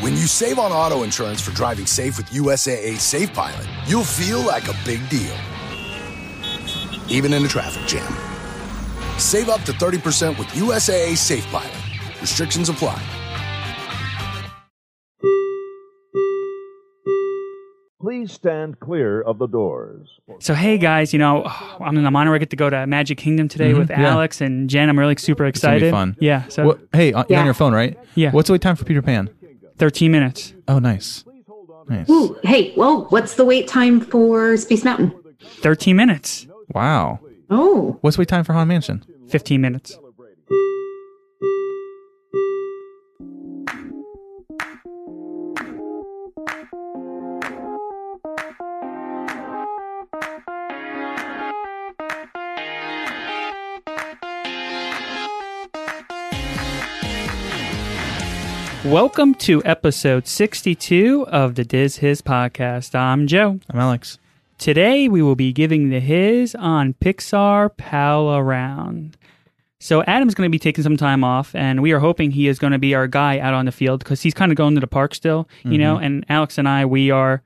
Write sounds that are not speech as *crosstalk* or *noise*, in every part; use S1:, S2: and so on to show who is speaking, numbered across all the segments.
S1: When you save on auto insurance for driving safe with USAA Safe Pilot, you'll feel like a big deal, even in a traffic jam. Save up to 30% with USAA Safe Pilot. Restrictions apply.
S2: Please stand clear of the doors.
S3: So hey guys, you know *sighs* I'm in the Monterey. I get to go to Magic Kingdom today
S4: Mhm,
S3: with
S4: yeah.
S3: Alex and Jen. I'm really super
S4: gonna
S3: excited.
S4: be fun.
S3: Yeah. So
S4: What, hey, on, you're on
S5: Yeah.
S4: your phone, right?
S3: Yeah.
S4: What's the wait time for Peter Pan?
S3: 13 minutes.
S4: Oh, nice. Nice.
S5: Ooh, hey, well, what's the wait time for Space Mountain?
S3: 13 minutes.
S4: Wow.
S5: Oh,
S4: What's the wait time for Haunted Mansion?
S3: 15 minutes. Welcome to episode 62 of the Diz His podcast. I'm Joe.
S4: I'm Alex.
S3: Today we will be giving the his on Pixar Pal Around. So Adam's going to be taking some time off, and we are hoping he is going to be our guy out on the field because he's kind of going to the park still, you know. And Alex and I, we are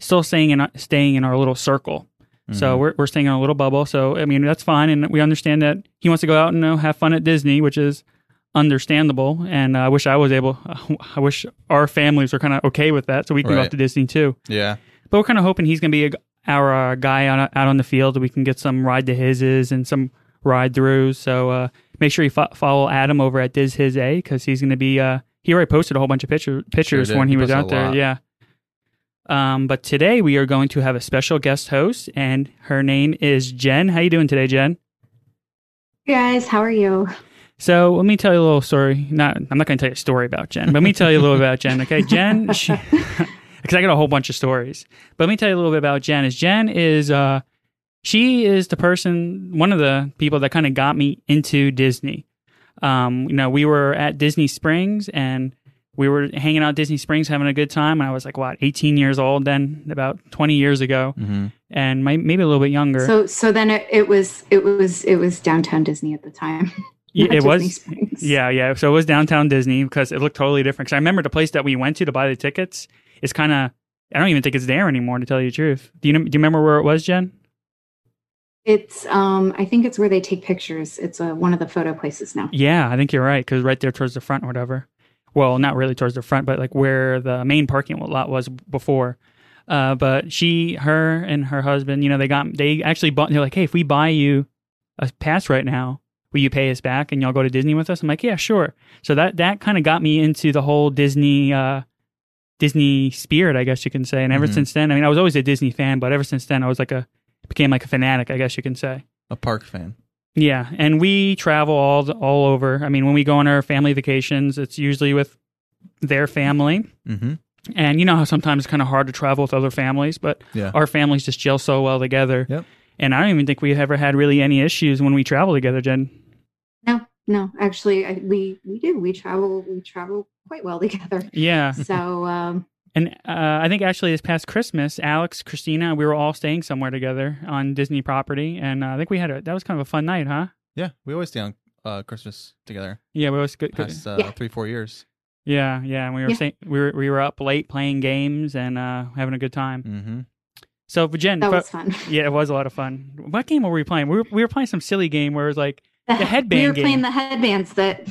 S3: still staying in staying in our little circle. So we're we're staying in a little bubble. So I mean that's fine, and we understand that he wants to go out and you know, have fun at Disney, which is understandable. And uh, I wish I was able. *laughs* I wish our families were kind of okay with that, so we can go
S4: Right.
S3: out to Disney too.
S4: Yeah.
S3: But we're kind of hoping he's going to be a, g- our uh, guy on, out on the field. We can get some ride to hises and some ride throughs. So uh, make sure you fo- follow Adam over at Diz His A because he's going to be. Uh, he already posted a whole bunch of picture, pictures
S4: did.
S3: when he,
S4: He
S3: was
S4: posted
S3: out
S4: a
S3: there.
S4: lot.
S3: Yeah. Um, but today we are going to have a special guest host, and her name is Jen. How you doing today, Jen?
S5: hey guys, how are you?
S3: So let me tell you a little story. Not, I'm not going to tell you a story about Jen, but let me tell you a little about Jen. Okay, Jen, *laughs*
S5: *laughs*
S3: because I got a whole bunch of stories. But let me tell you a little bit about Jen. Is Jen is uh, she is the person, one of the people that kind of got me into Disney. Um, you know, we were at Disney Springs and we were hanging out at Disney Springs, having a good time. And I was like, what, 18 years old then, about 20 years ago,
S4: Mm-hmm.
S3: and my, maybe a little bit younger.
S5: So, so then it, it was, it was, it was downtown Disney at the time.
S3: Yeah,
S5: *laughs* not
S3: it was-
S5: Disney Springs.
S3: Yeah, yeah. So it was downtown Disney because it looked totally different. Because I remember the place that we went to to buy the tickets is kind of. I don't even think it's there anymore, to tell you the truth. Do you do you remember where it was, Jen?
S5: It's, um, I think it's where they take pictures. It's uh, one of the photo places now.
S3: Yeah, I think you're right because right there towards the front or whatever. Well, not really towards the front, but like where the main parking lot was before. Uh, but she, her, and her husband, you know, they got they actually bought. They're like, hey, if we buy you a pass right now, will you pay us back and y'all go to Disney with us? I'm like, yeah, sure. So that that kind of got me into the whole Disney uh, Disney spirit, I guess you can say. And ever
S4: Mhm.
S3: since then, I mean, I was always a Disney fan, but ever since then, I was like a became like a fanatic, I guess you can say.
S4: A park fan.
S3: Yeah, and we travel all all over. I mean, when we go on our family vacations, it's usually with their family,
S4: Mm-hmm.
S3: and you know how sometimes it's kind of hard to travel with other families, but
S4: Yeah.
S3: our families just gel so well together.
S4: Yep.
S3: And I don't even think we ever had really any issues when we travel together, Jen.
S5: No, no, actually, I, we, we do. We travel, we travel quite well *laughs* together.
S3: Yeah,
S5: So, um,
S3: and uh, I think actually this past Christmas, Alex, Christina, we were all staying somewhere together on Disney property, and uh, I think we had a that was kind of a fun night, huh?
S4: Yeah. We always stay on uh, Christmas together.
S3: Yeah, we was good. good.
S4: Past uh,
S5: Yeah.
S4: three, four years.
S3: Yeah, yeah, and we were
S5: Yeah.
S3: staying- we were we were up late playing games and uh, having a good time.
S4: Mm-hmm.
S3: So Jen,
S5: that
S3: fo-
S5: was fun.
S3: yeah, it was a lot of fun. What game were we playing? We were, we were playing some silly game where it was like, the headband
S5: *laughs* We were
S3: game.
S5: playing the headbands that.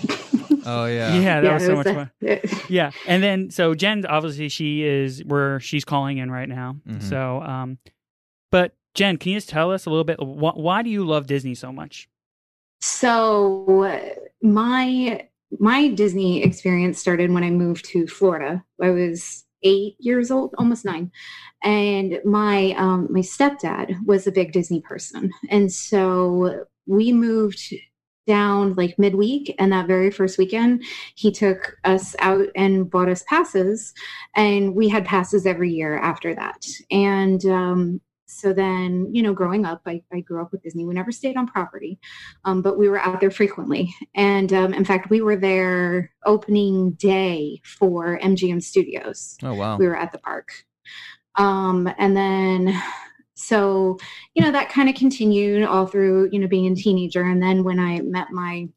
S3: *laughs*
S4: Oh
S3: yeah,
S4: yeah.
S3: that was
S5: it
S3: so
S5: was
S3: much
S5: a-
S3: fun.
S5: *laughs* it-
S3: Yeah, and then so Jen, obviously, she is where she's calling in right now.
S4: Mhm.
S3: So, um, but Jen, can you just tell us a little bit wh- why do you love Disney so much?
S5: So uh, my my Disney experience started when I moved to Florida. I was eight years old, almost nine, and my um, my stepdad was a big Disney person, and so we moved down like midweek and that very first weekend he took us out and bought us passes and we had passes every year after that and um, so then you know growing up I, I grew up with disney we never stayed on property um, but we were out there frequently. And um, in fact, we were there opening day for MGM Studios.
S4: Oh wow.
S5: We were at the park. Um, and then, so, you know, that kind of continued all through, you know, being a teenager. And then when I met my,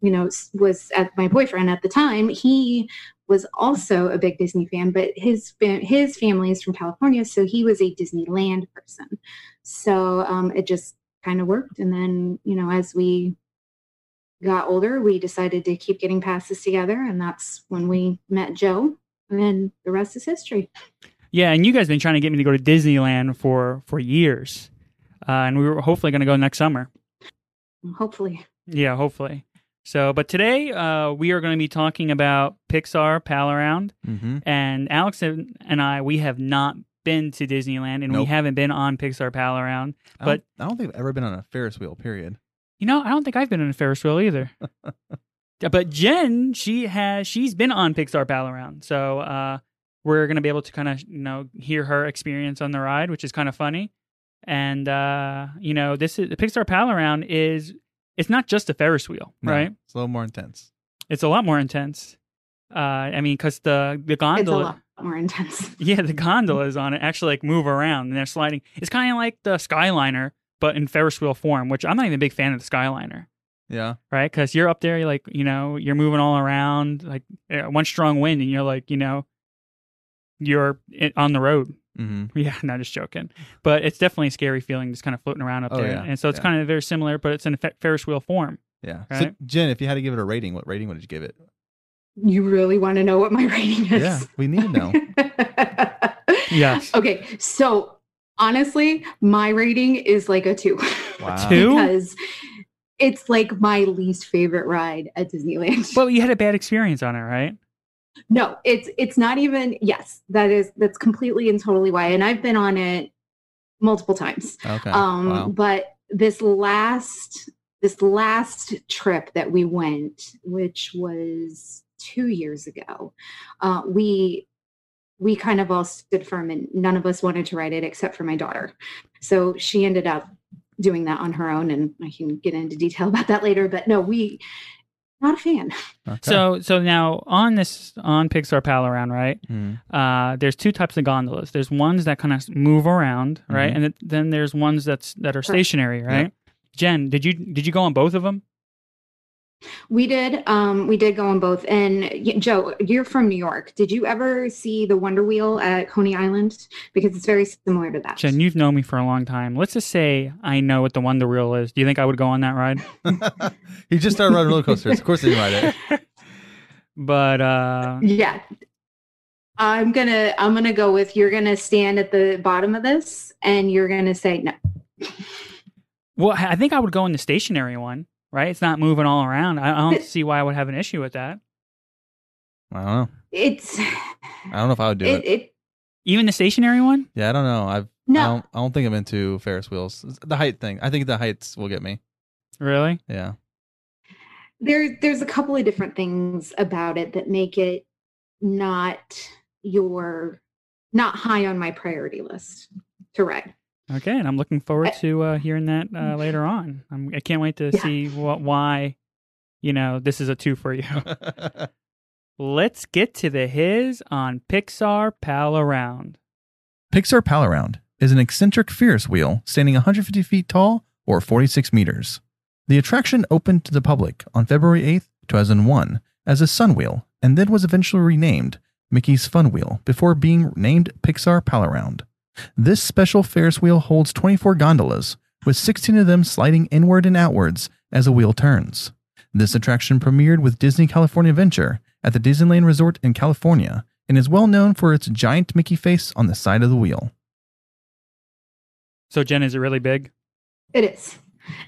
S5: you know, s- was at my boyfriend at the time, he was also a big Disney fan, but his fa- his family is from California, so he was a Disneyland person. So um, it just kind of worked. And then you know, as we got older, we decided to keep getting passes together, and that's when we met Joe. And then the rest is history.
S3: Yeah, and you guys been trying to get me to go to Disneyland for for years, uh, and we were hopefully going to go next summer.
S5: Hopefully,
S3: Yeah, hopefully. So, but today uh, we are going to be talking about Pixar Pal Around,
S4: Mm-hmm.
S3: and Alex and and I we have not been to Disneyland, and we
S4: Nope.
S3: haven't been on Pixar Pal Around.
S4: But I don't think I've ever been on a Ferris wheel. Period.
S3: You know, I don't think I've been in a Ferris wheel
S4: *laughs*
S3: either. Yeah, but Jen, she has she's been on Pixar Pal Around, so uh, we're gonna be able to kind of you know hear her experience on the ride, which is kind of funny. And uh, you know, this is the Pixar Pal Around is it's not just a Ferris wheel,
S4: No,
S3: right?
S4: It's a little more intense.
S3: It's a lot more intense. Uh, I mean, because the the
S5: it's a
S3: gondola,
S5: lot more intense.
S3: yeah, the gondolas on it actually like move around and they're sliding. It's kind of like the Skyliner, but in Ferris wheel form, which I'm not even a big fan of the Skyliner
S4: Yeah.
S3: right? Because you're up there, you're like, you know, you're moving all around, like eh, one strong wind, and you're like, you know, you're i- on the road. *laughs*
S4: Mm-hmm.
S3: Yeah, not just joking. But it's definitely a scary feeling just kind of floating around up
S4: Oh,
S3: there.
S4: yeah,
S3: And so it's
S4: yeah.
S3: kind of very similar, but it's in a fe- Ferris wheel form.
S4: Yeah. So,
S3: Right.
S4: Jen, if you had to give it a rating, what rating would you give it?
S5: You really want to know what my rating is?
S4: Yeah, we need to know.
S5: *laughs*
S3: Yes.
S5: Okay. So honestly, my rating is like a two.
S3: *laughs*
S4: Wow.
S3: two?
S5: because it's like my least favorite ride at Disneyland. *laughs*
S3: But you had a bad experience on it, right?
S5: no, it's it's not even yes, that is that's completely and totally why. And I've been on it multiple times.
S4: Okay.
S5: Um
S4: wow.
S5: but this last this last trip that we went, which was two years ago, uh, we we kind of all stood firm and none of us wanted to ride it except for my daughter. So she ended up doing that on her own, and I can get into detail *laughs* about that later. But no, we not a fan.
S4: Okay.
S3: So, so now on this on Pixar Pal around, right?
S4: Mhm.
S3: uh, there's two types of gondolas. There's ones that kind of move around, right?
S4: Mhm.
S3: And it, then there's ones that's that are
S5: Correct.
S3: stationary, right? Jen, did you did you go on both of them?
S5: We did, um, we did go on both. And y- Joe, you're from New York. Did you ever see the Wonder Wheel at Coney Island? Because it's very similar to that.
S3: Jen, you've known me for a long time. Let's just say I know what the Wonder Wheel is. Do you think I would go on that ride?
S4: *laughs* he just started riding roller coasters. Of course, he
S5: *laughs*
S4: didn't ride it.
S3: But uh,
S5: yeah i'm gonna i'm gonna go with you're gonna stand at the bottom of this and you're gonna say no
S3: well, I think I would go in the stationary one, right? It's not moving all around. I I
S5: *laughs*
S3: don't see why I would have an issue with that.
S4: I don't know.
S5: it's
S4: I don't know if I would do it.
S5: it, it
S3: Even the stationary one.
S4: Yeah, I don't know. I've I
S5: no
S4: don't, I don't think I'm into Ferris wheels. It's The height thing. I think the heights will get me.
S3: Really?
S4: Yeah. *laughs*
S5: there there's a couple of different things about it that make it not your not high on my priority list to ride
S3: Okay, and I'm looking forward
S5: I-
S3: to uh, hearing that uh, later on. I'm, I can't wait to
S5: Yeah.
S3: see what why, you know, this is a two for you. Let's get to the his on Pixar Pal Around.
S4: Pixar Pal Around is an eccentric Ferris wheel standing 150 feet tall or 46 meters. The attraction opened to the public on February 8th, 2001, as a Sun Wheel and then was eventually renamed Mickey's Fun Wheel before being named Pixar Pal Around. This special Ferris wheel holds 24 gondolas, with 16 of them sliding inward and outwards as the wheel turns. This attraction premiered with Disney California Adventure at the Disneyland Resort in California and is well known for its giant Mickey face on the side of the wheel.
S3: So Jen, is it really big?
S5: it is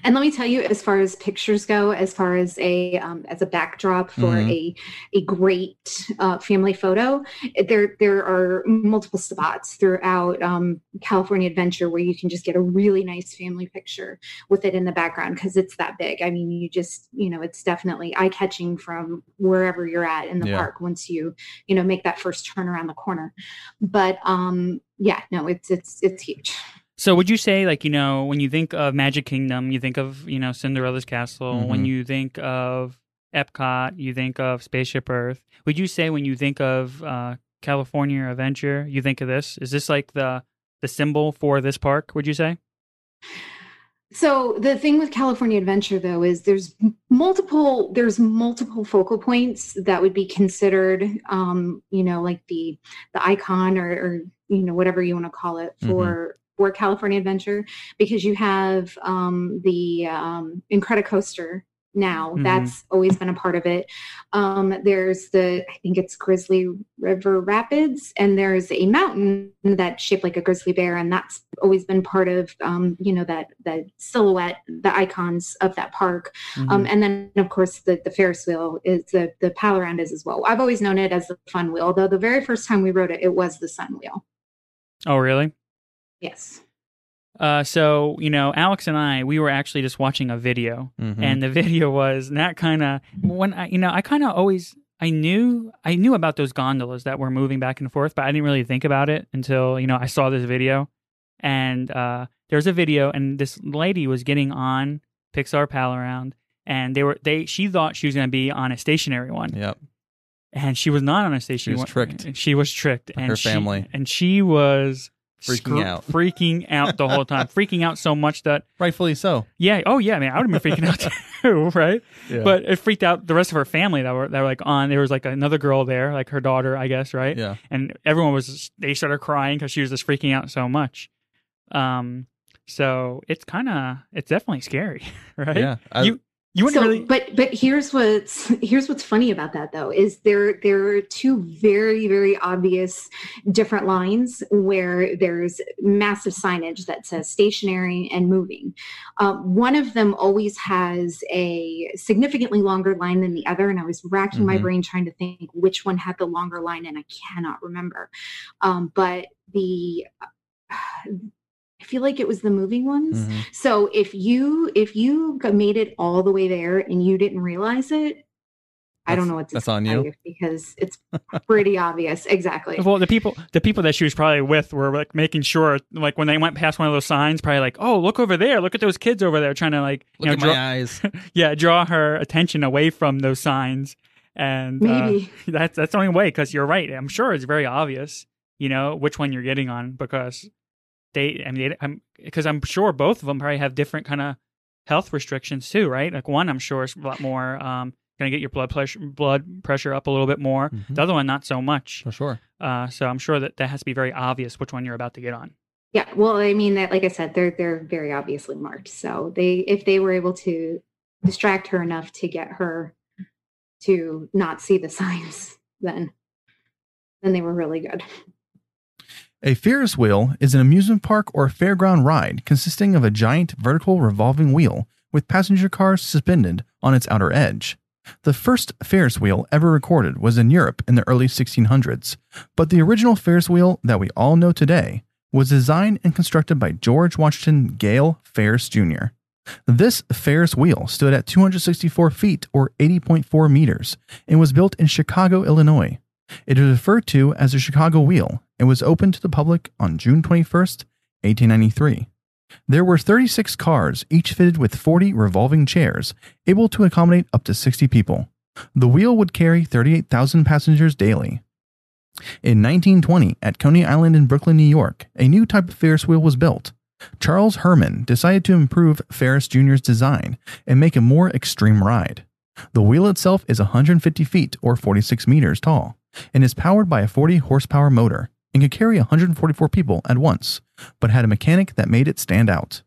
S5: and let me tell you as far as pictures go as far as a um, as a backdrop for
S4: Mhm.
S5: a a great uh, family photo there there are multiple spots throughout um, california adventure where you can just get a really nice family picture with it in the background because it's that big i mean you just you know it's definitely eye catching from wherever you're at in the
S4: Yeah.
S5: park once you you know make that first turn around the corner but um yeah no it's it's it's huge
S3: So would you say like you know when you think of Magic Kingdom, you think of you know Cinderella's castle. When
S4: Mhm.
S3: you think of Epcot, you think of Spaceship Earth. Would you say when you think of uh, California Adventure, you think of this? Is this like the the symbol for this park? Would you say?
S5: So the thing with California Adventure though is there's multiple there's multiple focal points that would be considered um, you know like the the icon or, or you know whatever you want to call it for for California Adventure because you have um, the um, Incredicoaster now
S3: Mhm.
S5: that's always been a part of it. Um, there's the I think it's Grizzly River Rapids and there's a mountain that's shaped like a grizzly bear and that's always been part of um, you know that the silhouette the icons of that park um, and then of course the, the ferris wheel is the, the pal around is as well i've always known it as the fun wheel though the very first time we rode it it was the sun wheel
S3: oh, really?
S5: yes
S3: Uh, so you know, Alex and I, we were actually just watching a video,
S4: Mhm.
S3: and the *laughs* video was and that kind of when I, you know, I kind of always I knew I knew about those gondolas that were moving back and forth, but I didn't really think about it until you know I saw this video, and uh, there's a video, and this lady was getting on Pixar Pal around, and they were they she thought she was going to be on a stationary one,
S4: Yep.
S3: and she was not on a station.
S4: was tricked.
S3: She was tricked.
S4: By
S3: and
S4: her
S3: she-
S4: family.
S3: and she was
S4: Freaking out.
S3: freaking out the whole time, freaking out so much that
S4: Rightfully so.
S3: yeah, oh yeah, man, I would have been
S4: *laughs*
S3: freaking out too, right?
S4: Yeah.
S3: But it freaked out the rest of her family that were that were like on. There was like another girl there, like her daughter, I guess, right?
S4: yeah.
S3: And everyone was they started crying because she was just freaking out so much. Um, so it's kind of it's definitely scary, *laughs* right?
S4: Yeah. I-
S3: you you wouldn't
S5: so,
S3: really
S5: but but here's what's here's what's funny about that though is there there are two very very obvious different lines where there's massive signage that says stationary and moving. Um, one of them always has a significantly longer line than the other, and I was racking my
S4: Mhm.
S3: Mm-hmm.
S5: brain trying to think which one had the longer line, and I cannot remember. Um, but the *sighs* I feel like it was the moving ones.
S4: Mhm.
S5: So if you if you g- made it all the way there and you didn't realize it, I
S4: That's-
S5: don't know what to
S4: that's
S5: tell
S4: on you.
S5: because
S4: *laughs*
S5: it's pretty obvious. Exactly.
S3: Well, the people the people that she was probably with were like making sure, like when they went past one of those signs, probably like, "Oh, look over there! Look at those kids over there trying to like, you
S4: Look
S3: know, draw,
S4: at my eyes.
S3: yeah, draw her attention away from those signs." And uh,
S5: Maybe.
S3: *laughs* that's that's the only way because you're right. I'm sure it's very obvious, you know, which one you're getting on because they, I mean, I'm because I'm sure both of them probably have different kind of health restrictions too, right? Like one, I'm sure is a lot more um, going to get your blood pressure blood pressure up a little bit more.
S4: Mhm.
S3: The other one, not so much.
S4: For *laughs* sure.
S3: Uh, so I'm sure that that has to be very obvious which one you're about to get on.
S5: *laughs* Yeah. Well, I mean that like I said, they're they're very obviously marked. So they if they were able to distract her enough to get her to not see the *laughs* signs, then then they were really good.
S4: A Ferris wheel is an amusement park or fairground ride consisting of a giant vertical revolving wheel with passenger cars suspended on its outer edge. The first Ferris wheel ever recorded was in Europe in the early 1600s, but the original Ferris wheel that we all know today was designed and constructed by George Washington Gale Ferris Jr. This Ferris wheel stood at 264 feet or 80.4 meters and was built in Chicago, Illinois. It is referred to as the Chicago Wheel and was opened to the public on June 21st, 1893. There were 36 cars, each fitted with 40 revolving chairs, able to accommodate up to 60 people. The wheel would carry 38,000 passengers daily. In 1920, at Coney Island in Brooklyn, New York, a new type of Ferris wheel was built. Charles Herman decided to improve Ferris Jr.'s design and make a more extreme ride. The wheel itself is 150 feet or 46 meters tall and is powered by a 40 horsepower motor and could carry 144 people at once, but had a mechanic that made it stand out.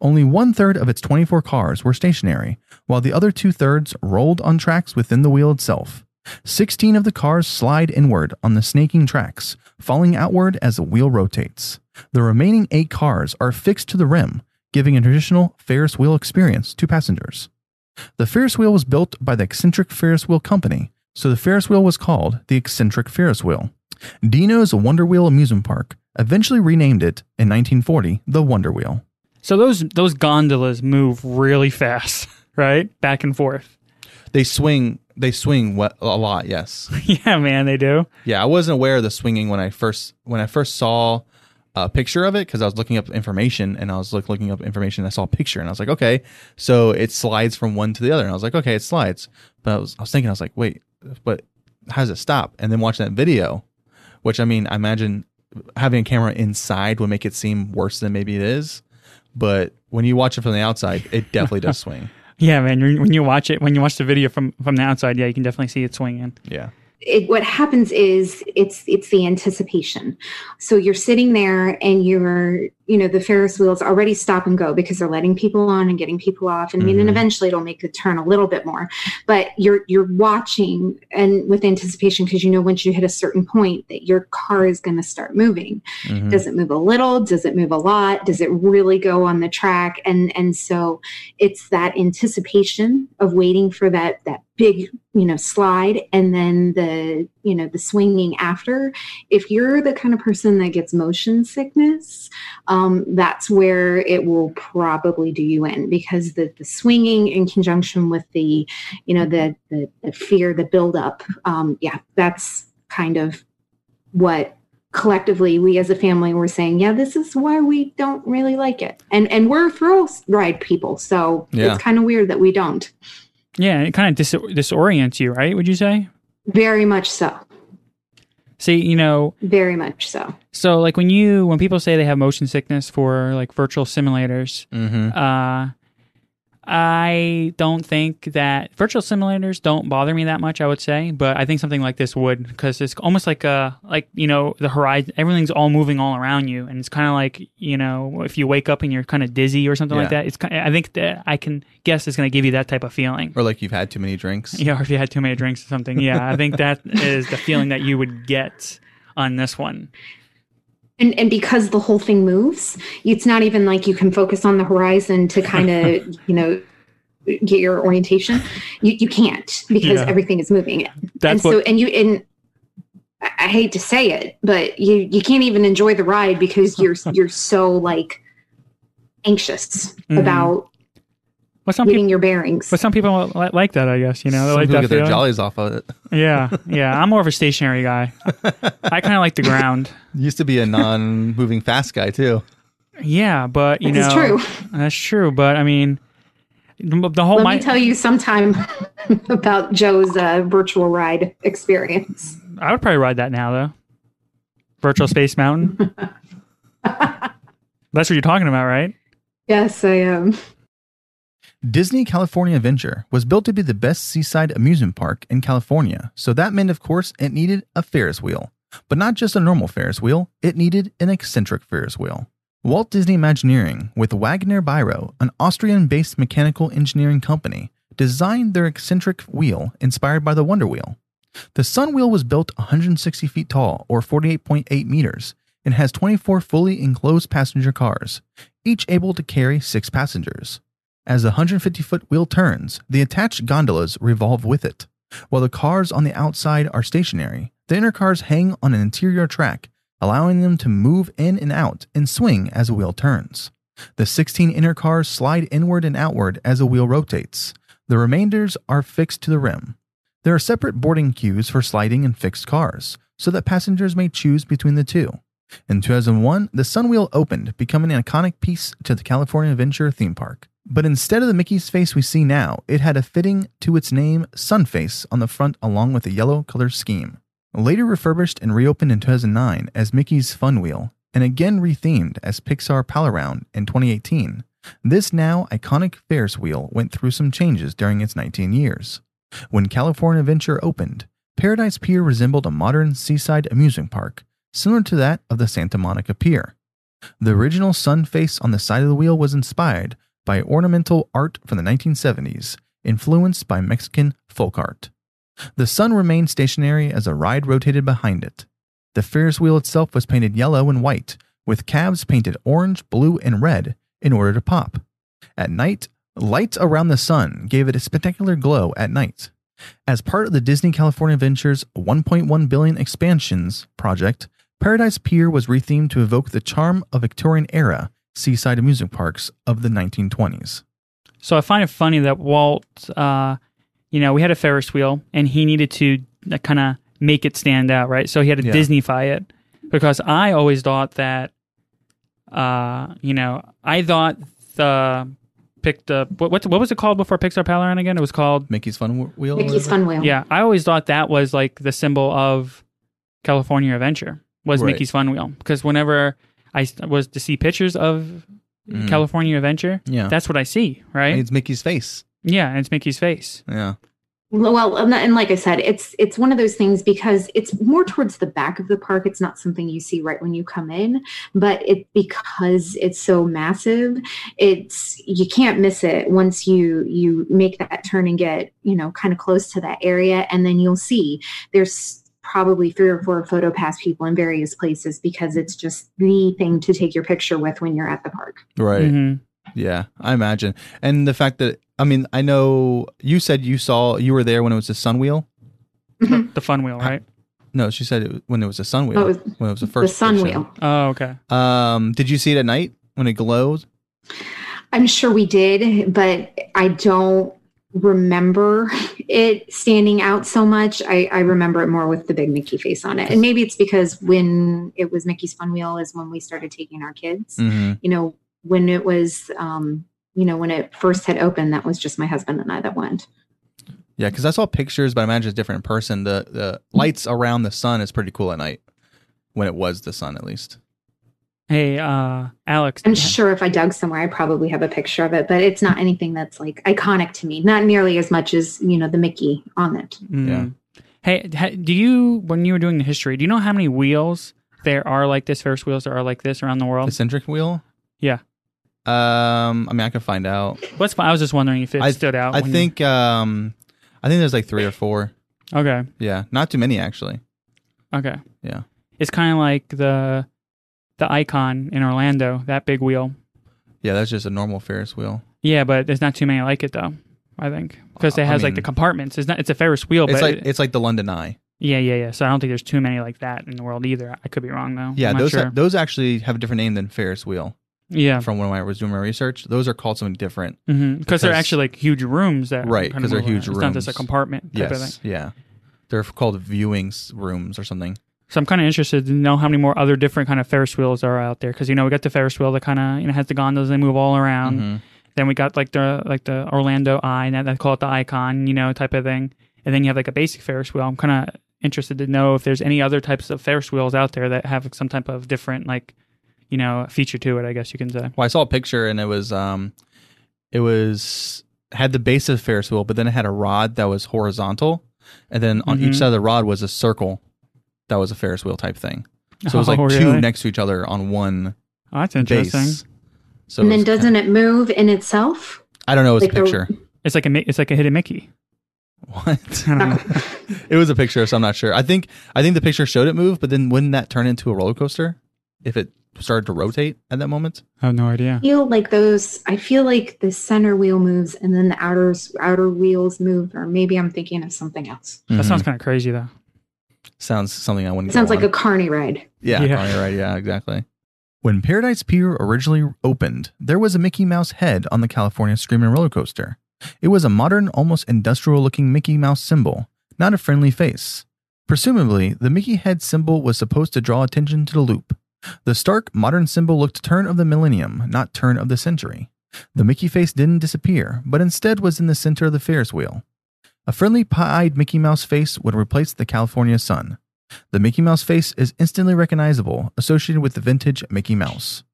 S4: Only one third of its 24 cars were stationary, while the other two thirds rolled on tracks within the wheel itself. 16 of the cars slide inward on the snaking tracks, falling outward as the wheel rotates. The remaining eight cars are fixed to the rim, giving a traditional Ferris wheel experience to passengers. The Ferris wheel was built by the Eccentric Ferris Wheel Company, so the Ferris wheel was called the Eccentric Ferris Wheel. Dino's Wonder Wheel Amusement Park eventually renamed it in 1940 the Wonder Wheel.
S3: So those those gondolas move really fast, *laughs* right? Back and forth. *laughs*
S4: They swing, they swing we- a lot. Yes,
S3: yeah, man, they do.
S4: yeah. I wasn't aware of the swinging when I first when I first saw a picture of it because I was looking up information and I was like looking up information. And I saw a picture and I was like, okay, so it slides from one to the other. And I was like, okay, it slides. But I was, I was thinking, I was like, wait, but how does it stop? And then watching that video, which I mean, I imagine having a camera inside would make it seem worse than maybe it is. but when you watch it from the outside, it
S3: *laughs*
S4: definitely does swing.
S3: Yeah, man. you- When you watch it, when you watch the video from from the outside, yeah, you can definitely see it swinging.
S4: Yeah.
S5: it, what happens is it's it's the anticipation so you're sitting there and you're you know the ferris wheels already stop and go because they're letting people on and getting people off and I mean, and
S4: Mhm.
S5: eventually it'll make the turn a little bit more but you're you're watching and with anticipation because you know once you hit a certain point that your car is going to start moving
S4: Mhm.
S5: does it move a little does it move a lot does it really go on the track and and so it's that anticipation of waiting for that that big you know slide and then the you know the swinging after if you're the kind of person that gets motion sickness um, that's where it will probably do you in because the, the swinging in conjunction with the you know the the, the fear the buildup um, yeah that's kind of what collectively we as a family were saying yeah this is why we don't really like it and and we're thrill ride people so
S4: Yeah.
S5: it's kind of weird that we don't
S3: Yeah, it kind of dis- disorients you, right? Would you say?
S5: very much so
S3: See, you know,
S5: very much so
S3: so like when you when people say they have motion sickness for like virtual simulators,
S4: Mhm.
S3: uh, I don't think that virtual simulators don't bother me that much. I would say, but I think something like this would because it's almost like uh like you know the horizon, everything's all moving all around you, and it's kind of like you know if you wake up and you're kind of dizzy or something like
S4: Yeah.
S3: that. It's kind I think that I can guess it's going to give you that type of feeling.
S4: Or like you've had too many drinks.
S3: Yeah, or if you had too many drinks or something. Yeah, I think
S4: *laughs*
S3: that is the feeling that you would get on this one.
S5: and and because the whole thing moves it's not even like you can focus on the horizon to kind of you know get your orientation you, you can't because
S3: Yeah.
S5: everything is moving
S3: That's
S5: and so
S3: what.
S5: and you and I I hate to say it, but you you can't even enjoy the ride because
S3: *laughs*
S5: you're you're so like anxious
S3: Mhm.
S5: about
S3: But some people,
S5: getting your bearings.
S3: but some people li- like that. I guess you know they
S4: Some
S3: like
S4: people
S3: that
S4: get their
S3: feeling.
S4: jollies off of it.
S3: yeah, yeah. I'm more of a stationary guy. I kind of like the ground.
S4: Used to be a non-moving fast guy too.
S3: Yeah, but you
S5: This is
S3: know,
S5: true.
S3: that's true. But I mean, the the whole
S5: Let
S3: my,
S5: me tell you sometime *laughs* about Joe's uh, virtual ride experience.
S3: I would probably ride that now though. Virtual Space Mountain.
S5: *laughs*
S3: that's what you're talking about, right?
S5: Yes, I am.
S4: Disney California Adventure was built to be the best seaside amusement park in California, so that meant, of course, it needed a Ferris wheel. But not just a normal Ferris wheel, it needed an eccentric Ferris wheel. Walt Disney Imagineering, with Wagner Biro, an Austrian based mechanical engineering company, designed their eccentric wheel inspired by the Wonder Wheel. The Sun Wheel was built 160 feet tall, or 48.8 meters, and has 24 fully enclosed passenger cars, each able to carry six passengers. As the 150 foot wheel turns, the attached gondolas revolve with it. While the cars on the outside are stationary, the inner cars hang on an interior track, allowing them to move in and out and swing as the wheel turns. The 16 inner cars slide inward and outward as the wheel rotates. The remainders are fixed to the rim. There are separate boarding queues for sliding and fixed cars, so that passengers may choose between the two. In 2001, the Sunwheel opened, becoming an iconic piece to the California Adventure theme park. But instead of the Mickey's face we see now, it had a fitting to its name Sunface on the front along with a yellow color scheme. Later refurbished and reopened in 2009 as Mickey's Fun Wheel, and again rethemed as Pixar Palaround in 2018, this now iconic Ferris wheel went through some changes during its 19 years. When California Adventure opened, Paradise Pier resembled a modern seaside amusement park, similar to that of the Santa Monica Pier. The original sun face on the side of the wheel was inspired by ornamental art from the 1970s, influenced by Mexican folk art. The sun remained stationary as the ride rotated behind it. The Ferris wheel itself was painted yellow and white, with cabs painted orange, blue, and red in order to pop. At night, lights around the sun gave it a spectacular glow at night. As part of the Disney California Adventures 1.1 billion expansions project, Paradise Pier was rethemed to evoke the charm of Victorian era seaside amusement parks of the 1920s.
S3: So I find it funny that Walt, uh, you know, we had a Ferris wheel and he needed to kind of make it stand out, right? So he had to
S4: Yeah.
S3: Disneyfy it because I always thought that, uh, you know, I thought the picked up what what, what was it called before Pixar Palaron again? It was called
S4: Mickey's Fun Wh- Wheel? or
S5: Mickey's
S4: whatever?
S5: Fun Wheel.
S3: yeah. I always thought that was like the symbol of California Adventure was
S4: Right.
S3: Mickey's Fun Wheel because whenever I s- was to see pictures of
S4: Mm.
S3: California Adventure.
S4: Yeah.
S3: That's what I see, right?
S4: It's Mickey's face.
S3: yeah, and it's Mickey's face.
S4: Yeah.
S5: Well, and and like I said, it's it's one of those things because it's more towards the back of the park. It's not something you see right when you come in, but it because it's so massive, it's you can't miss it once you you make that turn and get you know kind of close to that area, and then you'll see there's probably three or four photo pass people in various places because it's just the thing to take your picture with when you're at the park.
S4: Right.
S3: Mhm.
S5: Mm-hmm.
S4: Yeah, I imagine. And the fact that I mean, I know you said you saw you were there when it was a sun wheel.
S3: The, the fun wheel, right?
S4: No, she said it, when it was a sun wheel.
S5: Oh, it
S4: when it was the first
S5: the sun
S4: person.
S5: wheel.
S3: Oh, okay.
S4: Um, did you see it at night when it glowed?
S5: I'm sure we did, but I don't remember it standing out so much. I, I remember it more with the big Mickey face on it. And maybe it's because when it was Mickey's Fun Wheel is when we started taking our kids.
S4: Mm-hmm.
S5: You know, when it was, um, you know, when it first had opened, that was just my husband and I that went.
S4: Yeah, because I saw pictures, but I imagine it's different in person. The the lights around the sun is pretty cool at night when it was the sun, at least.
S3: Hey, uh, Alex.
S5: I'm sure if I dug somewhere, I probably have a picture of it, but it's not anything that's like iconic to me, not nearly as much as, you know, the Mickey on it.
S3: Mm.
S4: Yeah.
S3: Hey, ha- do you when you were doing the history? Do you know how many wheels there are like this? Ferris wheels that are like this around the
S4: The
S3: world?
S4: centric wheel.
S3: Oh. Yeah.
S4: Um, I mean, I could find out.
S3: What's fun? I was just wondering if it
S4: I-
S3: stood out.
S4: I
S3: when you-
S4: think um, I think there's like three or four.
S3: Okay.
S4: Yeah, not too many actually.
S3: Okay.
S4: Yeah.
S3: It's kind of like the the icon in Orlando, that big wheel.
S4: Yeah, that's just a normal Ferris wheel.
S3: Yeah, but there's not too many like it though. I think because
S4: I
S3: it has like the
S4: mean-
S3: compartments. It's not. It's a Ferris wheel,
S4: it's
S3: Oh, but
S4: like
S3: it-
S4: it's like the London Eye.
S3: yeah, yeah, yeah. So I don't think there's too many like that in the world either. I could be wrong though.
S4: Yeah,
S3: I'm not
S4: those
S3: Sure.
S4: those actually have a different name than Ferris wheel.
S3: yeah.
S4: From when I was doing my research, those are called something different.
S3: Mm-hmm. Because they're
S4: Because-
S3: actually like huge rooms that
S4: Right,
S3: kind of
S4: 'cause they're
S3: move around.
S4: huge
S3: It's not just a
S4: rooms.
S3: compartment type of thing.
S4: yes, yeah, they're called viewing s- rooms or something.
S3: So I'm kind of interested to know how many more other different kind of Ferris wheels are out there because you know we got the Ferris wheel that kind of you know has the gondolas they move all around.
S4: Mhm.
S3: Then we got like the like the Orlando Eye and that they call it the Icon, you know, type of thing. And then you have like a basic Ferris wheel. I'm kind of interested to know if there's any other types of Ferris wheels out there that have some type of different like you know feature to it. I guess you can say.
S4: Well, I saw a picture and it was um, it was had the base of Ferris wheel, but then it had a rod that was horizontal, and then on
S3: Mhm.
S4: each side of the rod was a circle that was a Ferris wheel type thing. So it was like
S3: Oh,
S4: two
S3: really?
S4: next to each other on one
S3: Oh, that's
S4: base.
S3: interesting.
S4: So it
S5: and then
S4: was kinda-
S5: doesn't it move in itself?
S4: I don't know. It was
S5: like
S4: a
S5: the- *laughs*
S4: picture.
S3: It's like a mi- it's like a hidden Mickey.
S4: What?
S3: I don't know.
S4: *laughs* It was a picture, so I'm not sure. I think I think the picture showed it move, but then wouldn't that turn into a roller coaster if it started to rotate at that moment?
S3: I have no idea.
S5: feel like those i feel like the center wheel moves and then the outer outer wheels move or maybe i'm thinking of something else
S4: Mm-hmm.
S3: That sounds kind of crazy though.
S4: sounds something I wouldn't.
S5: it sounds
S4: go
S5: like
S4: on.
S5: a carney ride
S4: yeah.
S3: Yeah.
S4: probably right. Yeah, exactly. When Paradise Pier originally opened, there was a Mickey Mouse head on the California Screaming roller coaster. It was a modern, almost industrial looking Mickey Mouse symbol, not a friendly face. Presumably, the Mickey head symbol was supposed to draw attention to the loop. The stark modern symbol looked turn of the millennium, not turn of the century. The Mickey face didn't disappear, but instead was in the center of the Ferris wheel. A friendly pie eyed Mickey Mouse face would replace the California sun. The Mickey Mouse face is instantly recognizable, associated with the vintage Mickey Mouse.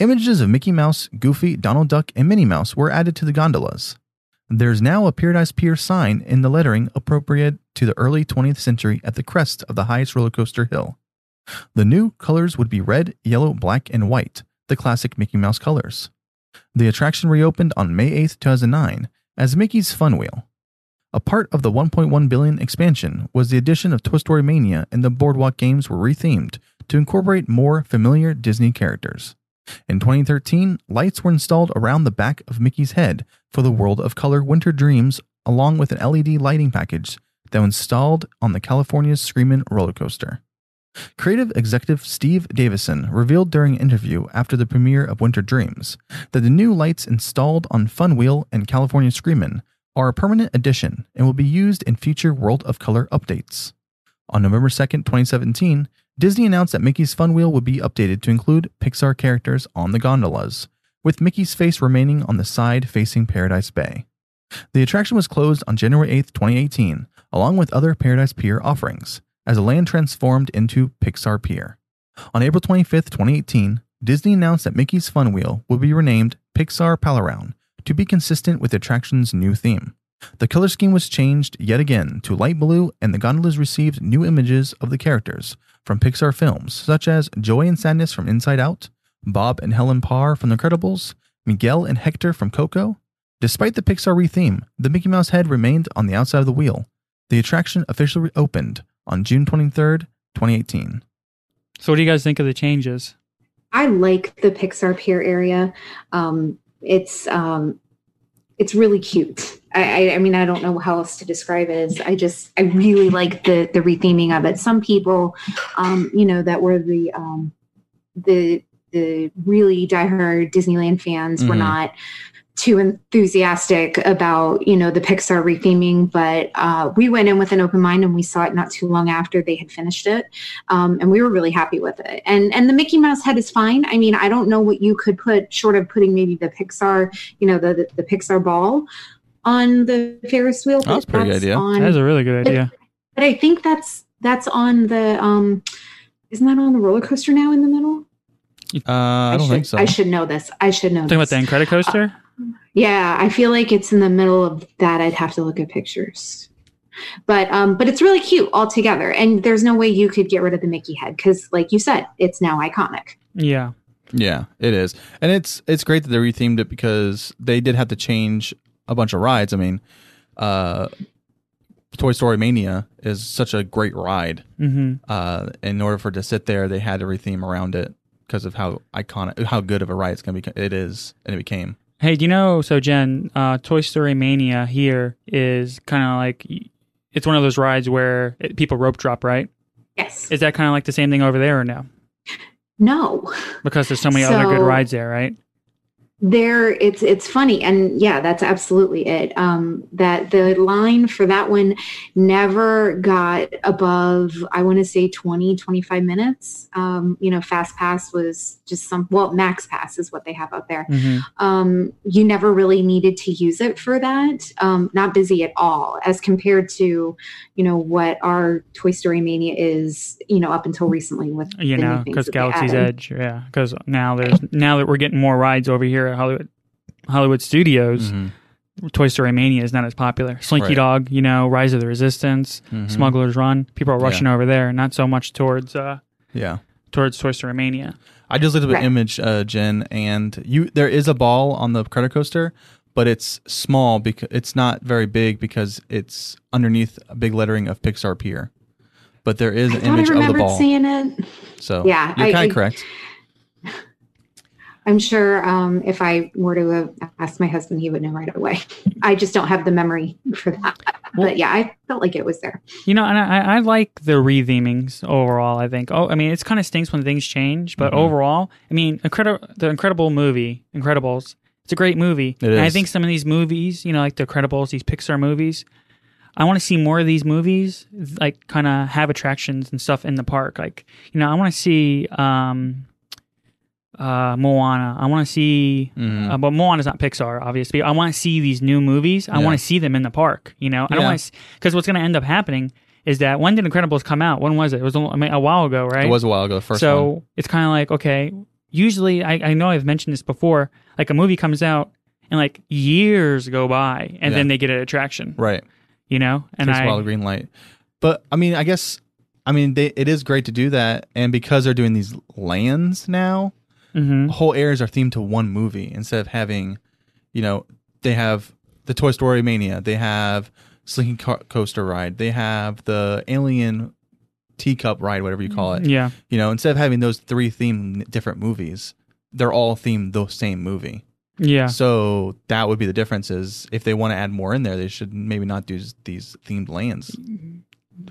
S4: Images of Mickey Mouse, Goofy, Donald Duck, and Minnie Mouse were added to the gondolas. There's now a Paradise Pier sign in the lettering appropriate to the early 20th century at the crest of the highest roller coaster hill. The new colors would be red, yellow, black, and white, the classic Mickey Mouse colors. The attraction reopened on May 8, 2009, as Mickey's Fun Wheel. A part of the 1.1 billion expansion was the addition of Toy Story Mania, and the Boardwalk games were rethemed to incorporate more familiar Disney characters. In 2013, lights were installed around the back of Mickey's head for the World of Color Winter Dreams, along with an LED lighting package that was installed on the California Screamin' roller coaster. Creative executive Steve Davison revealed during an interview after the premiere of Winter Dreams that the new lights installed on Fun Wheel and California Screamin' are a permanent addition and will be used in future World of Color updates. On November 2nd, 2017, Disney announced that Mickey's Fun Wheel would be updated to include Pixar characters on the gondolas, with Mickey's face remaining on the side facing Paradise Bay. The attraction was closed on January 8th, 2018, along with other Paradise Pier offerings, as the land transformed into Pixar Pier. On April 25th, 2018, Disney announced that Mickey's Fun Wheel would be renamed Pixar Palaround to be consistent with the attraction's new theme. The color scheme was changed yet again to light blue, and the gondolas received new images of the characters from Pixar films such as Joy and Sadness from Inside Out, Bob and Helen Parr from The Incredibles, Miguel and Hector from Coco. Despite the Pixar retheme, the Mickey Mouse head remained on the outside of the wheel. The attraction officially opened on June 23rd, 2018.
S3: So, what do you guys think of the changes?
S5: I like the Pixar Pier area. Um, it's um, it's really cute. I, I, I mean, I don't know how else to describe it. It's, I just I really like the the retheming of it. Some people, um, you know, that were the um, the the really diehard Disneyland fans were
S4: Mhm.
S5: not too enthusiastic about you know the Pixar retheming, but uh, we went in with an open mind and we saw it not too long after they had finished it, um, and we were really happy with it. And and the Mickey Mouse head is fine. I mean, I don't know what you could put short of putting maybe the Pixar, you know, the the, the Pixar ball on the Ferris wheel.
S4: That's a
S5: but
S4: pretty good idea.
S5: on-
S3: That is a really good idea.
S5: but I think that's that's on the um, isn't that on the roller coaster now in the middle?
S4: Uh, I, don't
S5: should,
S4: think so.
S5: I should know this. I should know.
S3: Talking about
S5: this.
S3: the Incredicoaster? coaster.
S5: Yeah, I feel like it's in the middle of that. I'd have to look at pictures. But um, but it's really cute altogether, and there's no way you could get rid of the Mickey head because, like you said, it's now iconic.
S3: yeah.
S4: Yeah, it is, and it's it's great that they rethemed it because they did have to change a bunch of rides. I mean, uh, Toy Story Mania is such a great ride.
S5: Mm-hmm.
S3: hmm
S4: Uh, in order for it to sit there, they had to retheme around it because of how iconic, how good of a ride it's gonna be. It is, and it became.
S3: Hey, do you know? So, Jen, uh, Toy Story Mania here is kind of like y- it's one of those rides where it, people rope drop, right?
S5: Yes.
S3: Is that kind of like the same thing over there or no?
S5: no.
S3: Because there's so many other good
S5: So-
S3: rides there, right?
S5: there it's it's funny and yeah that's absolutely it um that the line for that one never got above i want to say 20 25 minutes um you know fast pass was just some well max pass is what they have up there
S3: hmm
S5: um, you never really needed to use it for that. Um, not busy at all, as compared to, you know, what our Toy Story Mania is, you know, up until recently with
S3: You
S5: the new
S3: know,
S5: things
S3: because
S5: that they
S3: Galaxy's
S5: added.
S3: Edge, yeah. Because now there's now that we're getting more rides over here at Hollywood Hollywood Studios,
S4: Mm-hmm.
S3: Toy Story Mania is not as popular. Slinky
S4: Right.
S3: Dog, you know, Rise of the Resistance,
S4: Mm-hmm.
S3: Smuggler's Run, people are
S4: Yeah.
S3: rushing over there, not so much towards uh,
S4: Yeah,
S3: towards Toy Story Mania.
S4: I just looked up
S5: Right.
S4: an image, uh, Jen, and you. There is a ball on the credit coaster, but it's small because it's not very big because it's underneath a big lettering of Pixar Pier. But there is
S5: I
S4: an
S5: thought I
S4: image of the
S5: remembered
S4: ball,
S5: seeing it.
S4: so
S5: Yeah,
S4: you're
S5: I-
S4: kind
S5: I-
S4: of correct.
S5: I'm sure um, if I were to have asked my husband, he would know right away. I just don't have the memory for that.
S3: Well-
S5: but yeah, I felt like it was there.
S3: You know, and I, I like the rethemings overall. I think. Oh, I mean, it's kind of stinks when things change, but
S4: Mhm.
S3: overall, I mean, incredi- the Incredible movie, Incredibles, it's a great movie.
S4: It
S3: and I
S4: is.
S3: think some of these movies, you know, like the Incredibles, these Pixar movies, I want to see more of these movies, like kind of have attractions and stuff in the park. Like, you know, I want to see um, uh, Moana. I want to see
S4: Mhm.
S3: uh, but Moana's not Pixar, obviously. I want to see these new movies. I
S4: Yeah.
S3: want to see them in the park. You know, I don't
S4: Yeah.
S3: want to because what's going to end up happening is that when did Incredibles come out? When was it? It was a, I mean, a while ago, right?
S4: It was a while ago. The first
S3: so
S4: one.
S3: it's kind of like okay. Usually, I, I know I've mentioned this before. Like a movie comes out and like years go by, and
S4: Yeah.
S3: then they get an attraction.
S4: right?
S3: You know, and
S4: Takes a
S3: I
S4: while to green light. But I mean, I guess, I mean, they, it is great to do that, and because they're doing these lands now,
S3: Mhm.
S4: whole areas are themed to one movie instead of having, you know, they have the Toy Story Mania, they have Slinky Co- Coaster ride, they have the Alien teacup ride, whatever you call it.
S3: yeah.
S4: You know, instead of having those three themed different movies, they're all themed the same movie.
S3: Yeah.
S4: So that would be the difference. Is if they want to add more in there, they should maybe not do s- these themed lands.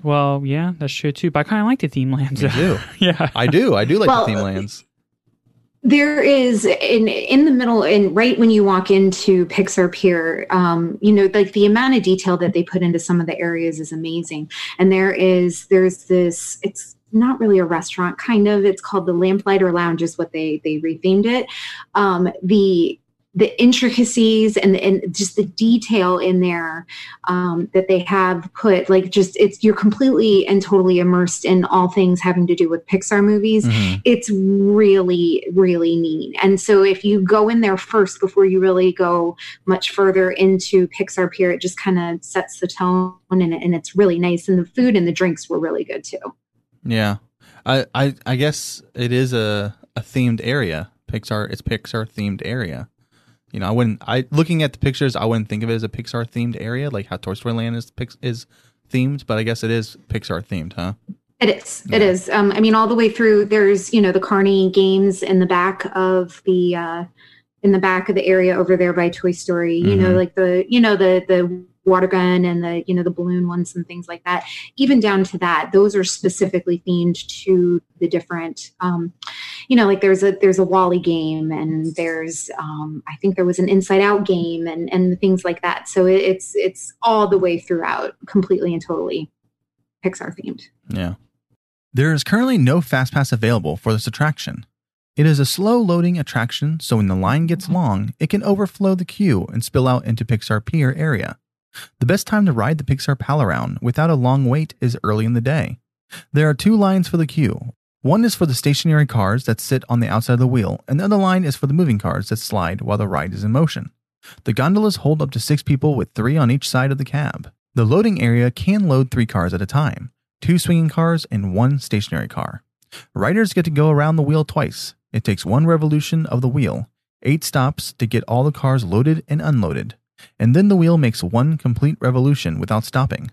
S3: Well, yeah, that's true too. But I kind of like the theme lands.
S4: I do.
S3: *laughs* yeah.
S4: I do. I do like
S5: Well,
S4: the theme lands.
S5: There is in in the middle and right when you walk into Pixar Pier, um, you know, like the amount of detail that they put into some of the areas is amazing. And there is there's this it's not really a restaurant kind of it's called the lamplighter lounge is what they they rethemed it um the the intricacies and, and just the detail in there um, that they have put like just it's you're completely and totally immersed in all things having to do with pixar movies
S4: Mhm.
S5: it's really really neat and so if you go in there first before you really go much further into pixar pier it just kind of sets the tone and, and it's really nice and the food and the drinks were really good too
S4: Yeah, I, I I guess it is a a themed area. Pixar, it's Pixar themed area. You know, I wouldn't. I looking at the pictures, I wouldn't think of it as a Pixar themed area, like how Toy Story Land is pix- is themed. But I guess it is Pixar themed, huh?
S5: It is. It
S4: Yeah.
S5: is. Um, I mean, all the way through. There's you know the Carney games in the back of the uh, in the back of the area over there by Toy Story. You know,
S4: Mhm.
S5: like the you know the the water gun and the you know the balloon ones and things like that. Even down to that, those are specifically themed to the different. Um, you know, like there's a there's a Wally game and there's um, I think there was an Inside Out game and and things like that. So it, it's it's all the way throughout, completely and totally Pixar themed.
S4: Yeah. There is currently no fast pass available for this attraction. It is a slow loading attraction, so when the line gets long, it can overflow the queue and spill out into Pixar Pier area. The best time to ride the Pixar Pal around without a long wait is early in the day. There are two lines for the queue. One is for the stationary cars that sit on the outside of the wheel, and the other line is for the moving cars that slide while the ride is in motion. The gondolas hold up to six people with three on each side of the cab. The loading area can load three cars at a time two swinging cars, and one stationary car. Riders get to go around the wheel twice. It takes one revolution of the wheel, eight stops to get all the cars loaded and unloaded, and then the wheel makes one complete revolution without stopping.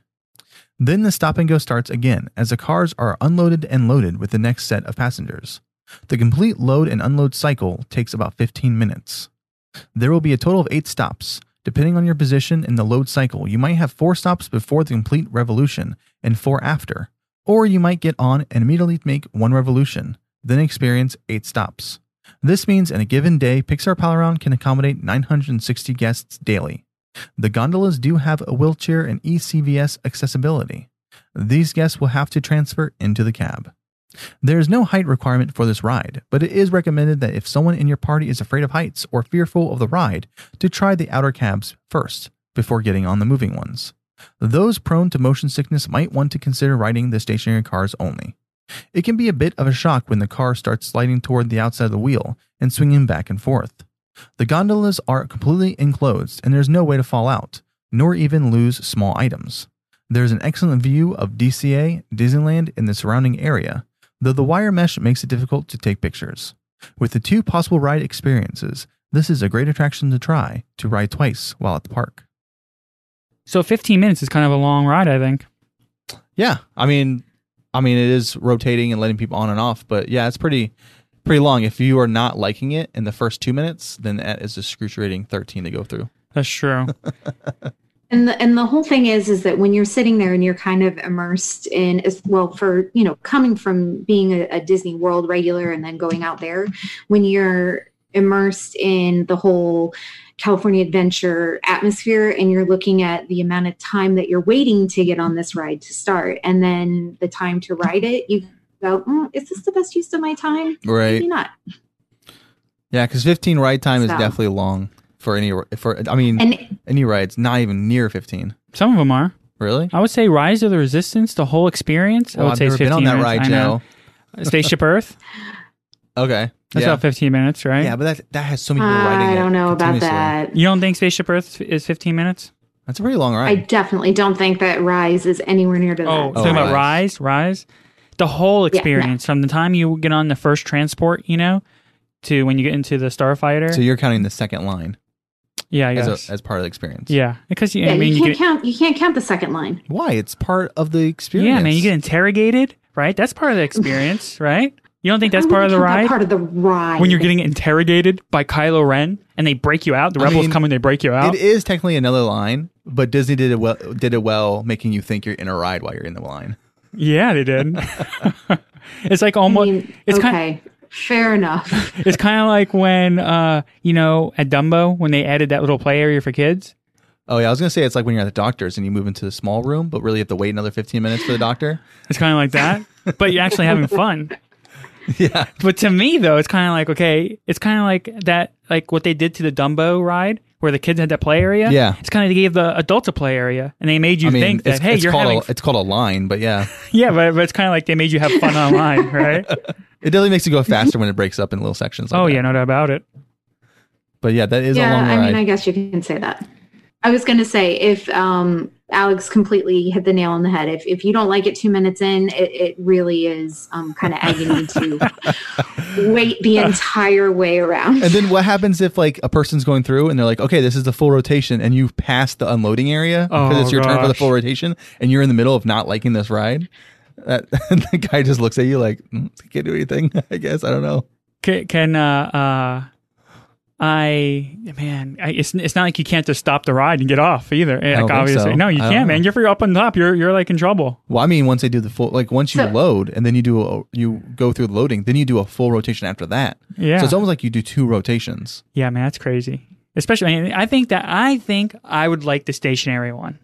S4: Then the stop and go starts again as the cars are unloaded and loaded with the next set of passengers. The complete load and unload cycle takes about 15 minutes. There will be a total of eight stops. Depending on your position in the load cycle, you might have four stops before the complete revolution and four after. Or you might get on and immediately make one revolution, then experience eight stops. This means in a given day, Pixar Palaround can accommodate 960 guests daily. The gondolas do have a wheelchair and E ECVS accessibility. These guests will have to transfer into the cab. There is no height requirement for this ride, but it is recommended that if someone in your party is afraid of heights or fearful of the ride, to try the outer cabs first before getting on the moving ones. Those prone to motion sickness might want to consider riding the stationary cars only. It can be a bit of a shock when the car starts sliding toward the outside of the wheel and swinging back and forth. The gondolas are completely enclosed and there's no way to fall out, nor even lose small items. There's an excellent view of DCA, Disneyland, and the surrounding area, though the wire mesh makes it difficult to take pictures. With the two possible ride experiences, this is a great attraction to try to ride twice while at the park.
S3: So 15 minutes is kind of a long ride, I think.
S4: Yeah, I mean, I mean, it is rotating and letting people on and off, but yeah, it's pretty, pretty long. If you are not liking it in the first two minutes, then that is a excruciating thirteen to go through.
S3: That's
S4: *laughs*
S3: true.
S5: And the, and the whole thing is is that when you're sitting there and you're kind of immersed in as well for you know coming from being a, a Disney World regular and then going out there when you're immersed in the whole California adventure atmosphere and you're looking at the amount of time that you're waiting to get on this ride to start and then the time to ride it you go mm, is this the best use of my time
S4: Right?
S5: maybe not
S4: Yeah, because fifteen ride time is
S5: So.
S4: definitely long for any for. I mean,
S5: and
S4: any rides not even near fifteen.
S3: Some of them are.
S4: Really?
S3: I would say Rise of the Resistance, the whole experience. I
S4: Well,
S3: would
S4: I've
S3: say
S4: never
S3: it's 15
S4: been on that
S3: minutes.
S4: ride,
S3: I know.
S4: Joe. *laughs*
S3: Spaceship Earth.
S4: Okay.
S3: That's
S4: yeah.
S3: about 15 minutes, right?
S4: yeah, but that that has so many people riding.
S5: I
S4: it
S5: don't know about
S4: continuously.
S5: that
S3: You don't think Spaceship Earth is 15 minutes?
S4: That's a pretty long
S5: I
S4: ride.
S5: definitely don't think that Rise is anywhere near to that.
S3: Oh,
S4: Oh,
S3: talking about Rise,
S4: Rise.
S3: Rise. The whole
S5: no.
S3: experience from the time you get on the first transport, you know, to when you get into the Starfighter.
S4: so you're counting the second line
S3: yeah, I guess.
S4: as, a, as part of the experience.
S3: yeah, because you,
S5: yeah,
S3: I mean,
S5: you
S3: you get,
S5: can't count. You can't count the second line.
S4: Why? It's part of the experience.
S3: yeah, man, you get interrogated, right? That's part of the experience, *laughs* right? You don't think that's
S5: I don't
S3: part of the
S5: count that
S3: ride?
S5: Part of the ride.
S3: when you're getting interrogated by Kylo Ren and they break you out, the
S4: I
S3: rebels
S4: mean,
S3: come and they break you out.
S4: It is technically another line, but Disney did it well. Did it well, making you think you're in a ride while you're in the line.
S3: yeah, they did.
S4: *laughs*
S3: *laughs* it's like
S5: I
S3: almost.
S5: mean,
S3: it's
S5: okay.
S3: kind.
S5: Fair enough.
S3: It's kind of like when uh, you know at Dumbo when they added that little play area for kids.
S4: Oh yeah, I was gonna say it's like when you're at the doctor's and you move into the small room, but really have to wait another 15 minutes for the doctor.
S3: It's kind of like that, but you're actually having fun.
S4: *laughs* yeah.
S3: But to me though, it's kind of like okay, it's kind of like that, like what they did to the Dumbo ride where the kids had that play area.
S4: Yeah.
S3: it's kind of they gave the adults a play area, and they made *laughs* you
S4: I mean,
S3: think
S4: it's,
S3: that hey,
S4: it's
S3: you're
S4: called
S3: having
S4: a, it's called a line,
S3: *laughs*
S4: but yeah,
S3: yeah, but, but it's kind of like they made you have fun *laughs* online,
S4: *laughs*
S3: right?
S4: it definitely makes it go faster when it breaks up in little sections. Like
S3: oh
S4: that.
S3: yeah, no doubt about it.
S4: But yeah, that is a
S5: yeah,
S4: long
S5: I
S4: ride.
S5: mean, I guess you can say that. I was going to say if um, Alex completely hit the nail on the head. If if you don't like it two minutes in, it, it really is um, kind of agony to
S3: *laughs*
S5: wait the entire way around.
S4: and then what happens if like a person's going through and they're like, okay, this is the full rotation, and you pass the unloading area because
S3: Oh,
S4: it's your turn for the
S3: gosh.
S4: full rotation, and you're in the middle of not liking this ride. That *laughs* the guy just looks at you like, mm, can't do anything. *laughs* I guess I don't know.
S3: Can, can uh, uh, I man, I, it's it's not like you can't just stop the ride and get off either. Eh, Like,
S4: don't think
S3: obviously,
S4: so.
S3: no, you
S4: I don't
S3: can't,
S4: know.
S3: man. You're you're up on top. You're you're like in trouble.
S4: Well, I mean, once they do the full, like once you
S5: So-
S4: load and then you do a, you go through the loading, then you do a full rotation after that.
S3: Yeah,
S4: So it's almost like you do two rotations.
S3: yeah, man. That's crazy. Especially, I, mean, I think that I think I would like the stationary one.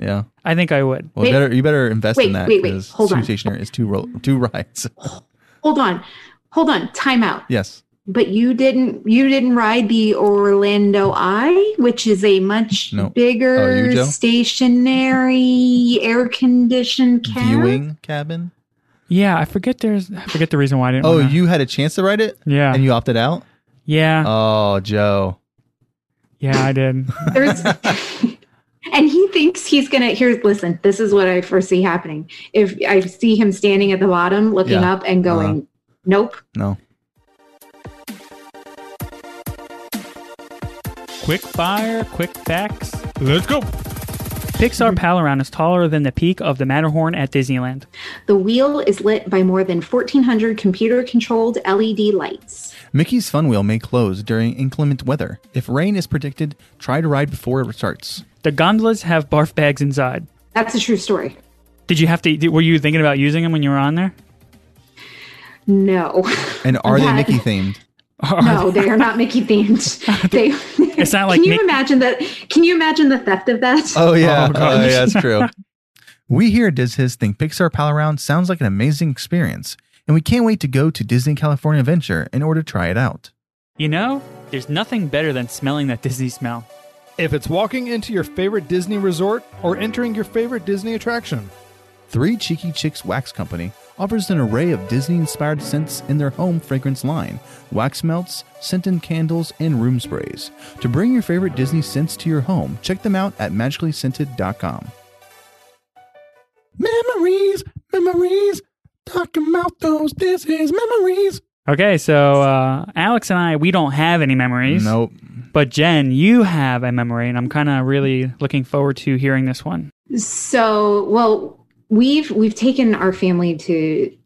S4: Yeah.
S3: I think I would.
S4: Well,
S5: Wait.
S4: better you better invest in
S5: Wait,
S4: that
S5: wait, wait.
S4: because
S5: Hold
S4: two
S5: on.
S4: stationary is two ro- two rides. *laughs*
S5: hold on, hold on, time out.
S4: yes.
S5: But you didn't you didn't ride the Orlando Eye, which is a much
S4: No. Oh, you,
S5: bigger
S4: Joe?
S5: stationary air conditioned cab.
S4: Viewing cabin.
S3: Yeah, I forget there's I forget the reason why I didn't.
S4: Oh,
S3: wanna-
S4: you had a chance to ride it
S3: Yeah,
S4: and you opted out.
S3: yeah,
S4: Oh, Joe.
S3: yeah. I did.
S5: *laughs*
S4: *laughs*
S5: There's, and he thinks he's gonna. Here's listen. This is what I foresee happening. If I see him standing at the bottom, looking
S4: Yeah. Uh-huh.
S5: up and going, "Nope."
S4: No.
S3: Quick fire, quick facts. Let's go. Pixar Palaround is taller than the peak of the Matterhorn at Disneyland.
S5: The wheel is lit by more than 1,400 computer-controlled LED lights.
S4: Mickey's Fun Wheel may close during inclement weather. If rain is predicted, try to ride before it starts.
S3: The gondolas have barf bags inside.
S5: That's a true story.
S3: Did you have to? Did, were you thinking about using them when you were on there? *laughs*
S5: No,
S4: And are they
S5: *laughs* That-
S4: Mickey themed?
S5: no, they are not
S3: *laughs*
S5: Mickey themed. They,
S3: It's not like
S5: Can you
S3: Mickey-
S5: imagine that? Can you imagine the theft of that?
S4: *laughs* Oh yeah,
S3: Oh, gosh.
S4: Oh, yeah, *laughs* that's true. we here at Diz His think Pixar Pal Around sounds like an amazing experience, and we can't wait to go to Disney California Adventure in order to try it out.
S3: *laughs* You know, there's nothing better than smelling that Disney smell.
S6: If it's walking into your favorite Disney resort or entering your favorite Disney attraction,
S4: Three Cheeky Chicks Wax Company offers an array of Disney-inspired scents in their home fragrance line: wax melts, scented candles, and room sprays. To bring your favorite Disney scents to your home, check them out at magicallyscented.com. Memories, memories, talking about those Disney's memories.
S3: Okay, so uh, Alex and I, we don't have any memories.
S4: Nope.
S3: But Jen, you have a memory, and I'm kind of really looking forward to hearing this one.
S5: So, well, we've we've taken our family to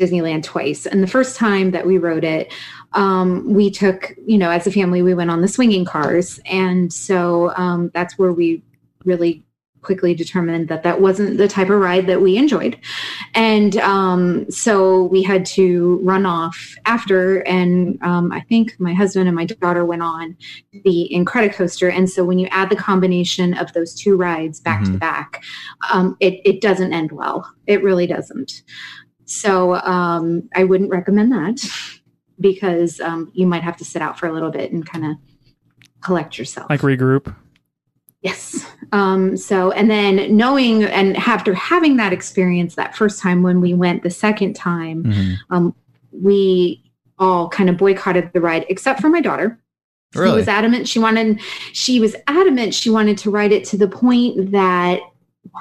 S5: Disneyland twice, and the first time that we rode it, um, we took you know as a family we went on the swinging cars, and so um, that's where we really quickly determined that that wasn't the type of ride that we enjoyed, and um, so we had to run off after, and um, I think my husband and my daughter went on the Incredicoaster. And so when you add the combination of those two rides back to
S4: Mhm.
S5: back, um, it, it doesn't end well. It really doesn't. So um, I wouldn't recommend that because um, you might have to sit out for a little bit and kind of collect yourself.
S3: Like regroup.
S5: Yes. Um, so, and then knowing and after having that experience that first time when we went the second time,
S4: Mm-hmm.
S5: um, we all kind of boycotted the ride except for my daughter who
S4: Really?
S5: was adamant she wanted she was adamant she wanted to ride it to the point that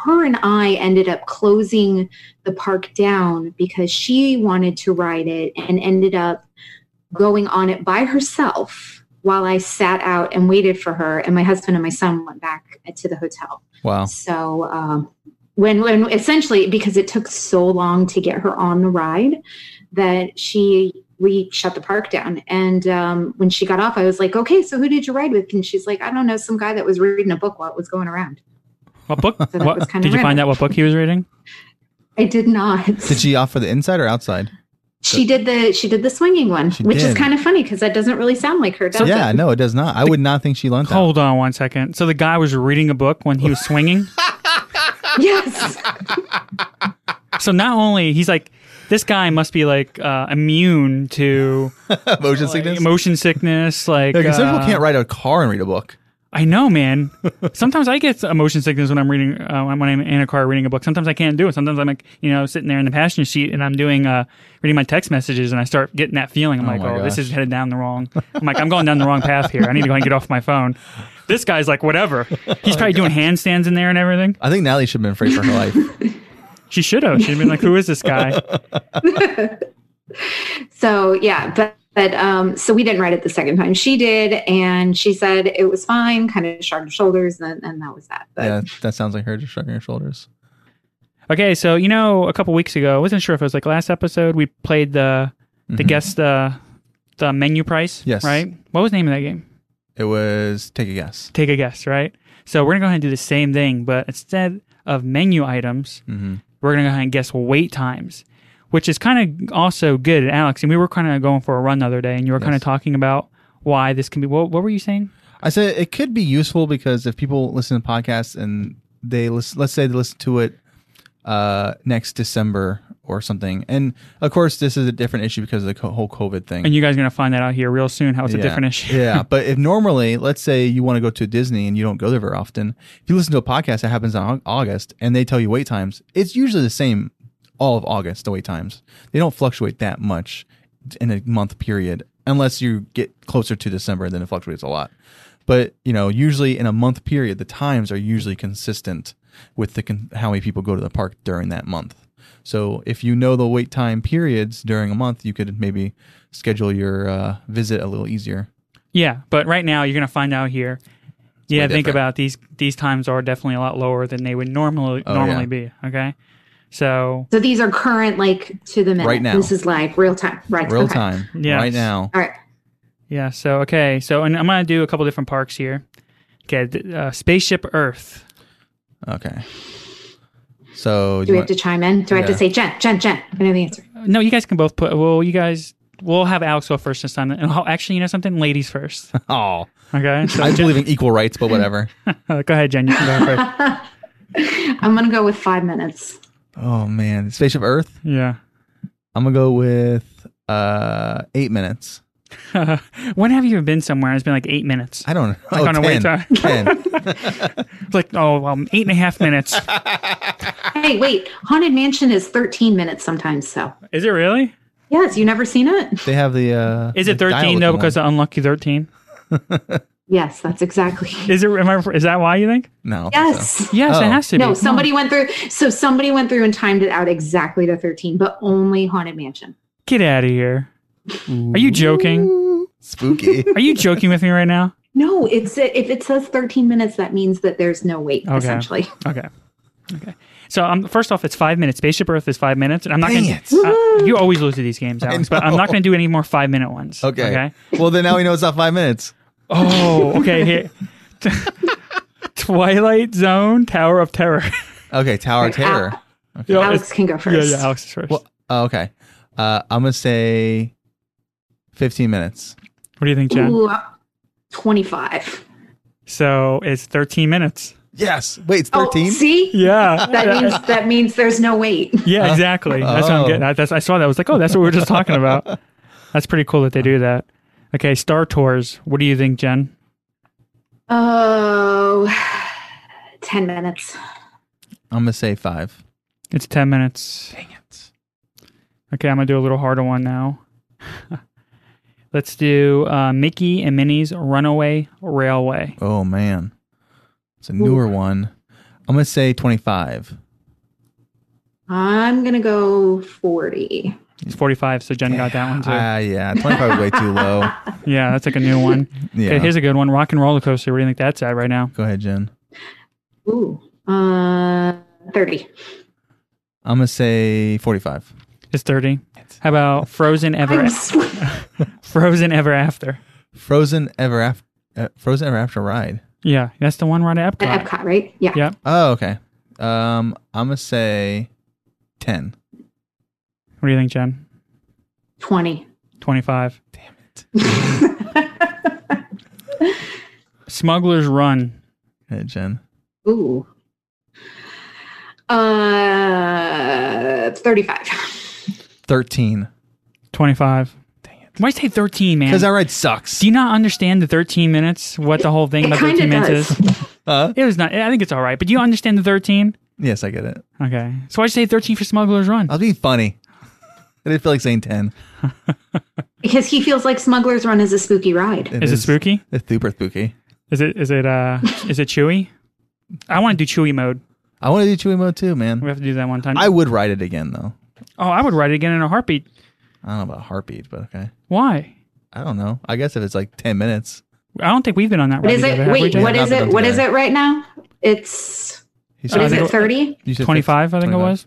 S5: her and i ended up closing the park down because she wanted to ride it and ended up going on it by herself while i sat out and waited for her and my husband and my son went back to the hotel
S4: Wow.
S5: so um, when when essentially because it took so long to get her on the ride that she we shut the park down. And um, when she got off, I was like, "Okay, so who did you ride with?" And she's like, "I don't know, some guy that was reading a book while it was going around."
S3: What book?
S5: *laughs* So that
S3: what,
S5: was kinda
S3: did you find
S5: random.
S3: out what book he was reading?
S5: I did not.
S4: Did she offer the inside or outside?
S5: She did the she did the swinging one,
S4: She
S5: which is
S4: did.
S5: kind of funny because that doesn't really sound like her, does
S4: yeah,
S5: it? *laughs*
S4: no, it does not. I would not think she learned *laughs* that.
S3: Hold on one second. So the guy was reading a book when he was swinging.
S5: Yes.
S3: so not only he's like, this guy must be like uh, immune to
S4: *laughs* Motion
S3: like,
S4: *laughs* sickness.
S3: motion sickness. Like,
S4: Like, some
S3: uh,
S4: people can't ride a car and read a book.
S3: I know, man. *laughs* Sometimes I get emotion sickness when I'm reading, uh, when I'm in a car reading a book. Sometimes I can't do it. Sometimes I'm like, you know, sitting there in the passenger seat and I'm doing, uh, reading my text messages and I start getting that feeling. I'm like,
S4: my
S3: oh, this
S4: gosh.
S3: is headed down the
S4: *laughs*
S3: wrong. I'm like, I'm going down the wrong path here. I need to go and get off my phone. This guy's like, whatever.
S4: Oh
S3: He's probably doing handstands in there and everything.
S4: I think Natalie should have been afraid for her life.
S3: She should have. She'd have been like, who is this
S4: *laughs*
S3: guy?
S5: So yeah, but but um, so we didn't write it the second time. She did, and she said it was fine. Kind of shrugged her shoulders, and and that was that. But
S4: yeah, that sounds like her just shrugging her shoulders.
S3: Okay, so you know, a couple weeks ago, I wasn't sure if it was like last episode. We played the the
S4: Mhm.
S3: guess the the menu price.
S4: Yes.
S3: Right. What was the name of that game?
S4: It was take a guess.
S3: Take a guess. Right. So we're gonna go ahead and do the same thing, but instead of menu items,
S4: Mm-hmm.
S3: we're gonna go ahead and guess wait times, which is kind of also good, Alex. And we were kind of going for a run the other day, and you were kind of
S4: Yes.
S3: talking about why this can be. What, what were you saying?
S4: I said it could be useful because if people listen to podcasts and they listen, let's say they listen to it uh, next December or something, and of course this is a different issue because of the co- whole COVID thing.
S3: And you guys are gonna find that out here real soon. How it's
S4: yeah.
S3: a different issue.
S4: yeah, but if normally, let's say you want to go to Disney and you don't go there very often, if you listen to a podcast that happens in Au- August and they tell you wait times, it's usually the same all of August, the wait times. They don't fluctuate that much in a month period unless you get closer to December, then it fluctuates a lot. But, you know, usually in a month period, the times are usually consistent with the con- how many people go to the park during that month. So if you know the wait time periods during a month, you could maybe schedule your uh, visit a little easier.
S3: *laughs* Yeah, but right now you're gonna find out here. yeah,
S4: way
S3: think
S4: different.
S3: about these. These times are definitely a lot lower than they would normally
S4: Oh,
S3: normally
S4: yeah.
S3: be. Okay, so
S5: so these are current, like to the minute.
S4: Right now.
S5: this is like real time.
S3: *laughs*
S5: Right,
S4: real
S5: okay.
S4: time
S3: Yes.
S4: right now.
S5: All right.
S3: yeah, so okay, so and I'm gonna do a couple different parks here. Okay, th- uh, Spaceship Earth.
S4: Okay. So
S5: Do
S4: you
S5: we
S4: want,
S5: have to chime in? Do I have
S4: Yeah.
S5: to say Jen? Jen? Jen? I know the answer.
S3: No, you guys can both put. Well, you guys. We'll have Alex go first this time. And oh, actually, you know something, ladies first.
S4: *laughs* oh,
S3: Okay, *laughs* so
S4: I believe in equal rights, but
S3: *laughs*
S4: whatever.
S3: go ahead, Jen. You can go first.
S5: I'm gonna go with five minutes.
S4: oh man, Spaceship Earth.
S3: Yeah.
S4: I'm gonna go with uh eight minutes.
S3: when have you been somewhere? and It's been like eight minutes.
S4: I don't know. Oh,
S3: Like on a wait
S4: *laughs*
S3: time. *laughs*
S4: 10.
S3: It's like oh, well, eight and a half minutes.
S5: Hey, wait! Haunted Mansion is 13 minutes sometimes. So
S3: Is it really?
S5: yes, you never seen it?
S4: They have the. uh
S3: Is it
S4: the dial-looking
S3: 13 though? Because
S4: one.
S3: the unlucky 13.
S5: Yes, that's exactly.
S4: *laughs*
S3: Is it? Am I, is that why you think?
S4: no. I think so.
S5: Yes.
S3: Yes,
S4: Oh.
S3: it has to be.
S5: No,
S3: Come
S5: somebody
S3: on.
S5: went through. So somebody went through and timed it out exactly to 13, but only Haunted Mansion.
S3: get out of here. Are you joking? *laughs*
S4: Spooky. *laughs*
S3: Are you joking with me right now?
S5: No, it's if it says 13 minutes, that means that there's no wait.
S3: Okay.
S5: Essentially,
S3: Okay. Okay. So um, first off, it's five minutes. Spaceship Earth is five minutes, and I'm not
S4: Dang
S3: gonna.
S4: it.
S3: I- you always lose to these games, Alex. But I'm not gonna do any more five minute ones.
S4: Okay.
S3: Okay.
S4: Well, then now we know it's not five minutes.
S3: Oh, *laughs* okay. Here. Twilight Zone, Tower of Terror.
S4: Okay, Tower
S3: ah.
S4: of
S5: Like,
S4: Terror.
S3: *laughs* Yeah,
S5: Alex
S3: it's-
S5: can go
S3: yeah,
S5: first.
S3: yeah. Alex is first.
S4: Well, oh, okay. Uh, I'm gonna say fifteen minutes.
S3: what do you think, Jen?
S5: Ooh, uh, 25.
S3: So it's 13 minutes.
S4: Yes. Wait, it's
S5: Oh,
S4: thirteen.
S5: see,
S3: Yeah.
S5: that means that means there's no wait.
S3: *laughs* Yeah,
S4: *laughs*
S3: exactly. That's what I'm
S4: Oh.
S3: getting at. That's, I saw that. I was like, oh, that's what we were just talking
S4: *laughs*
S3: about. That's pretty cool that they do that. Okay, Star Tours. What do you think, Jen?
S5: Oh, 10 minutes.
S4: I'm gonna say five.
S3: It's 10 minutes.
S4: Dang it.
S3: Okay, I'm going to do a little harder one now. *laughs* Let's do uh, Mickey and Minnie's Runaway Railway.
S4: Oh man, it's a newer one. I'm gonna say 25.
S5: I'm gonna go 40.
S3: It's 45, so Jen got that one too.
S4: Ah, yeah, 25 is way too low.
S3: *laughs* yeah, that's like a new
S4: *laughs*
S3: one.
S4: Yeah.
S3: Okay, here's a good one Rock and Roller Coaster. Where do you think that's at right now?
S4: Go ahead, Jen.
S5: Ooh, uh, 30.
S4: I'm gonna say 45.
S3: It's 30. How
S4: *laughs*
S3: about Frozen Ever
S5: I'm sw-
S3: Frozen Ever After?
S4: Frozen Ever After. Uh, Frozen Ever After ride.
S3: Yeah, that's the one right at Epcot.
S5: at Epcot, right? Yeah.
S3: Yeah.
S4: Oh, okay. Um, I'm gonna say 10.
S3: What do you think, Jen?
S5: 20.
S3: 25. Damn *laughs* it. Smuggler's Run.
S4: Go ahead, Jen.
S5: Ooh. Uh, 35.
S4: 13.
S3: 25. Dang it. Why say 13, man?
S4: Because I ride sucks.
S3: Do you not understand the 13 minutes? What the whole thing
S5: It
S3: about
S5: kinda
S3: 13 minutes
S5: does.
S3: is?
S4: Huh?
S3: It was not. I think it's all right. But do you understand the 13?
S4: Yes, I get it.
S3: Okay. So why'd you say 13 for Smuggler's Run?
S4: I was being funny. *laughs* I didn't feel like saying 10.
S5: because he feels like Smuggler's Run is a spooky ride.
S3: Is it spooky?
S4: It's super spooky.
S3: Is it? Is it? Uh, is it Chewy? I want to do Chewy mode.
S4: I want to do Chewy Mode too,
S3: We
S4: man.
S3: have to do that one time.
S4: I would ride it again, though.
S3: oh, I would write it again in a heartbeat.
S4: I don't know about Heartbeat, but okay.
S3: Why?
S4: I don't know. I guess if it's like 10 minutes,
S3: I don't think we've been on that.
S5: What
S3: ride
S5: is it?
S3: together, have we,
S5: Wait,
S3: Jen?
S5: what is
S4: Nothing
S5: it? What is
S4: together.
S5: it right now? It's
S4: He
S5: what
S3: Uh,
S4: said-
S5: is it? Thirty?
S4: You said
S3: 25, I think it
S4: 25.
S3: was.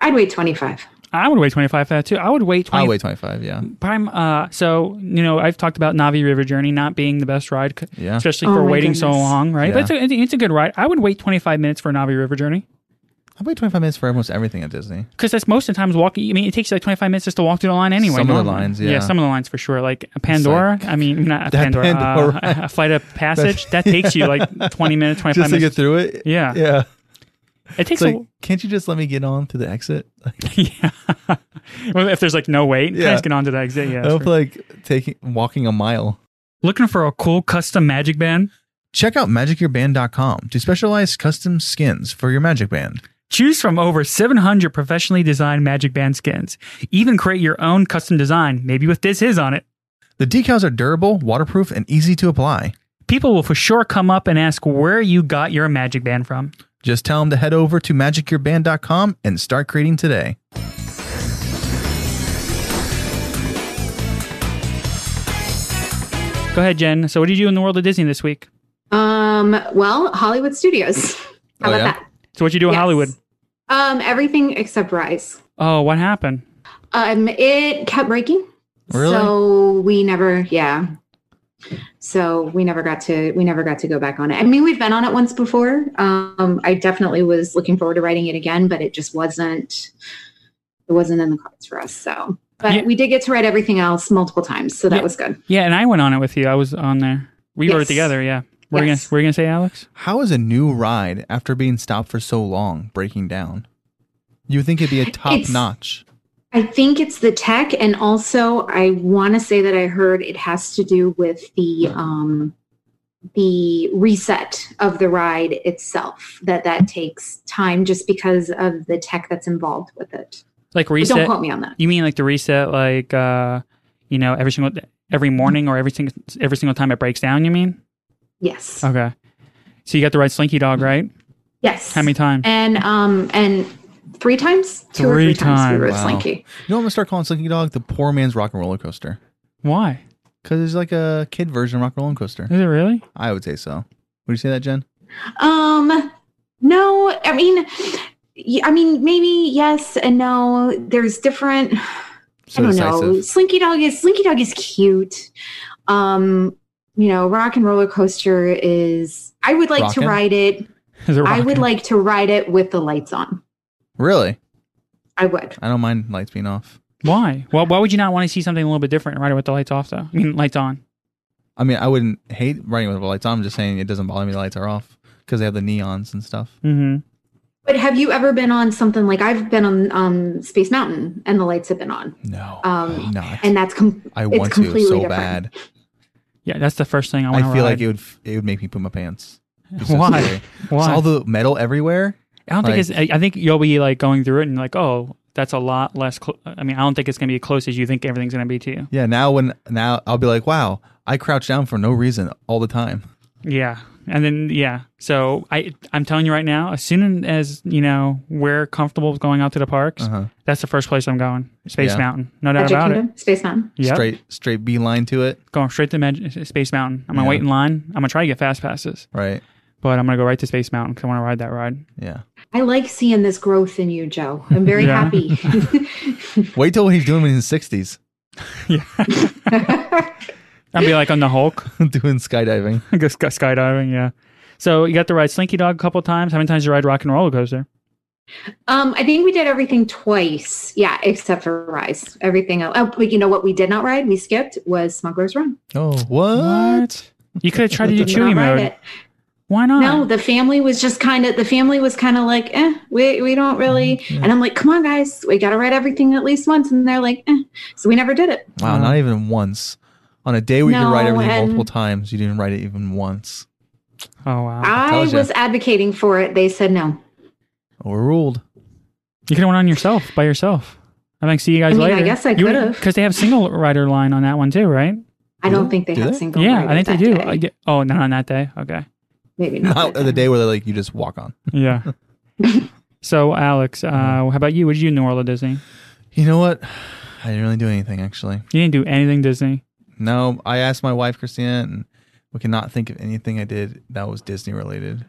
S5: I'd wait twenty-five.
S3: I would wait 25 for that too. I would wait 20.
S4: I'll wait 25, yeah.
S3: Prime, uh, so, you know, I've talked about Navi River Journey not being the best ride, c-
S4: Yeah.
S3: especially
S5: Oh
S3: for
S5: my
S3: waiting so
S5: goodness.
S3: long, right? But it's a, it's a good ride. I would wait 25 minutes for Navi River Journey
S4: I'll wait 25 minutes for almost everything
S3: *laughs*
S4: at Disney.
S3: because that's most of the times walking. I mean, it takes you like 25 minutes just to walk through the line anyway.
S4: Some of the
S3: normally.
S4: lines, yeah.
S3: some of the lines for sure. Like Pandora, I mean, not a
S4: *laughs* That
S3: Pandora,
S4: Pandora
S3: uh,
S4: ride.
S3: a Flight
S4: *laughs*
S3: of Passage, that takes you like 20 minutes, 25
S4: Just to get
S3: minutes.
S4: through it?
S3: Yeah.
S4: Yeah.
S3: It
S4: It's
S3: takes
S4: like,
S3: a
S4: can't you just let me get on to the exit?
S3: *laughs*
S4: *laughs*
S3: yeah. well, if there's like no wait,
S4: Yeah.
S3: yeah. just get onto that exit. Yeah,
S4: I don't
S3: sure.
S4: feel like taking walking a mile.
S3: looking for a cool custom magic band.
S4: Check out magicyourband.com to specialize custom skins for your magic band.
S3: Choose from over 700 professionally designed magic band skins. Even create your own custom design, maybe with this his on it.
S4: The decals are durable, waterproof, and easy to apply.
S3: People will for sure come up and ask where you got your magic band from.
S4: Just tell them to head over to magicyourband.com and start creating today.
S3: Go ahead, Jen. So, what did you do in the world of Disney this week?
S5: Um, well, Hollywood Studios. *laughs* How
S4: Oh,
S5: about
S4: yeah?
S5: that?
S3: So, what you do in
S5: Yes.
S3: Hollywood?
S5: Um, everything except Rise.
S3: Oh, what happened?
S5: Um, it kept breaking.
S4: Really?
S5: So we never, yeah. So we never got to we never got to go back on it. I mean, we've been on it once before. Um, I definitely was looking forward to writing it again, but it just wasn't it wasn't in the cards for us. So, but
S3: Yeah.
S5: we did get to write everything else multiple times, so that
S3: Yeah.
S5: was good.
S3: Yeah, and I went on it with you. I was on there. We wrote it
S5: Yes.
S3: together. Yeah. We're
S5: Yes.
S3: gonna. We're gonna say Alex.
S4: How is a new ride after being stopped for so long breaking down? You would think it'd be a top notch.
S5: I think it's the tech, and also I want to say that I heard it has to do with the um, the reset of the ride itself. That that takes time just because of the tech that's involved with it.
S3: Like
S5: But
S3: reset.
S5: Don't quote me on that.
S3: You mean like the reset, like uh, you know, every single every morning or every single every single time it breaks down? You mean?
S5: Yes.
S3: Okay. So you got to ride Slinky Dog, right?
S5: Yes.
S3: How many times?
S5: And um and three times, two or
S3: Three
S5: three times, we
S3: times.
S5: were
S4: Wow.
S5: Slinky.
S4: You know, what I'm gonna start calling Slinky Dog the poor man's rock and roller coaster
S3: Why?
S4: because it's like a kid version of rock and roller coaster.
S3: Is it really?
S4: I would say so. Would you say that, Jen?
S5: Um, no, I mean, y- I mean, maybe yes and no. There's different. I don't know. Slinky Dog is Slinky Dog is cute. Um, you know, Rock and Roller Coaster is. I would like
S4: Rockin'?
S5: to ride it.
S3: Is it
S5: I would
S3: rocking?
S5: like to ride it with the lights on.
S4: Really?
S5: I would.
S4: I don't mind lights being off.
S3: Why? Well, why would you not want to see something a little bit different? Ride it with the lights off, though. I mean, lights on.
S4: I mean, I wouldn't hate riding with the lights on. I'm just saying it doesn't bother me. The lights are off because they have the neons and stuff.
S3: Mm-hmm.
S5: But have you ever been on something like I've been on um, Space Mountain and the lights have been on,
S4: No,
S5: Um,
S4: I'm not.
S5: and that's com-
S4: I
S5: it's
S4: want to
S5: completely
S4: so
S5: different.
S4: bad.
S3: Yeah, that's the first thing I
S4: I
S3: want to
S4: feel
S3: ride.
S4: like it would f- it would make me put
S3: *laughs*
S4: my pants. It's so
S3: Why?
S4: scary. It's
S3: Why?
S4: all the metal everywhere.
S3: I don't think
S4: like-
S3: it's. I I think you'll be like going through it and like, oh, that's a lot less. Cl-. I mean, I don't think it's gonna be as close as you think everything's gonna be to you.
S4: Yeah. Now when now I'll be like, wow, I crouch down for no reason all the time.
S3: Yeah. And then yeah. So I I'm telling you right now, as soon as you know we're comfortable with going out to the parks,
S4: Uh-huh.
S3: that's the first place I'm going. Space
S4: Yeah.
S3: Mountain, no doubt
S5: Magic
S3: about
S5: Kingdom, Space Mountain.
S3: it. Yeah.
S4: Straight straight beeline to it.
S3: Going straight to Mag- Space Mountain. I'm gonna
S4: Yeah.
S3: wait in line. I'm gonna try to get fast passes,
S4: Right.
S3: but I'm gonna go right to Space Mountain because I want to ride that ride.
S4: Yeah.
S5: I like seeing this growth in you, Joe. I'm very
S3: Yeah.
S5: happy. *laughs*
S4: Wait till he's doing it in his sixties, *laughs*
S3: I'll be like on the Hulk, *laughs*
S4: doing skydiving.
S3: go sky- skydiving. Yeah. So you got to ride Slinky Dog a couple times. How many times you ride Rock and Roller Coaster?
S5: um, I think we did everything twice. Yeah, except for Rise. Everything else. Oh, but you know what? We did not ride. We skipped was Smuggler's Run.
S4: Oh, what?
S3: You could have tried to do
S5: *laughs* Did not
S3: Chewy
S5: ride
S3: mode.
S5: it.
S3: Why not?
S5: No, the family was just kind of the family was kind of like, eh, we we don't really.
S3: Mm,
S4: Okay.
S5: And I'm like, come on, guys, we got to write everything at least once. And they're like, eh. so we never did it.
S4: Wow, not even once. On a day where you could write
S5: No,
S4: everything
S5: and-
S4: multiple times, you didn't write it even once.
S3: Oh wow.
S5: I
S4: tells ya.
S5: was advocating for it. They said no.
S4: Overruled.
S3: You could have went on yourself by yourself. I think see you guys
S5: I mean, I
S3: later.
S5: guess I could've.
S3: because they have single rider line on that one too, right?
S5: I
S4: Do
S5: don't
S4: they?
S5: think they
S4: Do
S5: have
S4: they?
S5: single.
S3: yeah, I
S5: riders
S3: think they
S5: that
S3: do.
S5: day.
S3: I get, oh, not on that day. Okay.
S5: Maybe not.
S4: Not
S5: that
S4: the day where they like you just walk on.
S5: *laughs*
S3: Yeah. so Alex, uh,
S5: Uh-huh.
S3: how about you? What did you do in New Orleans Disney?
S4: You know what? *sighs* I didn't really do anything actually.
S3: You didn't do anything Disney.
S4: No, I asked my wife Christina, and we cannot think of anything I did that was Disney related.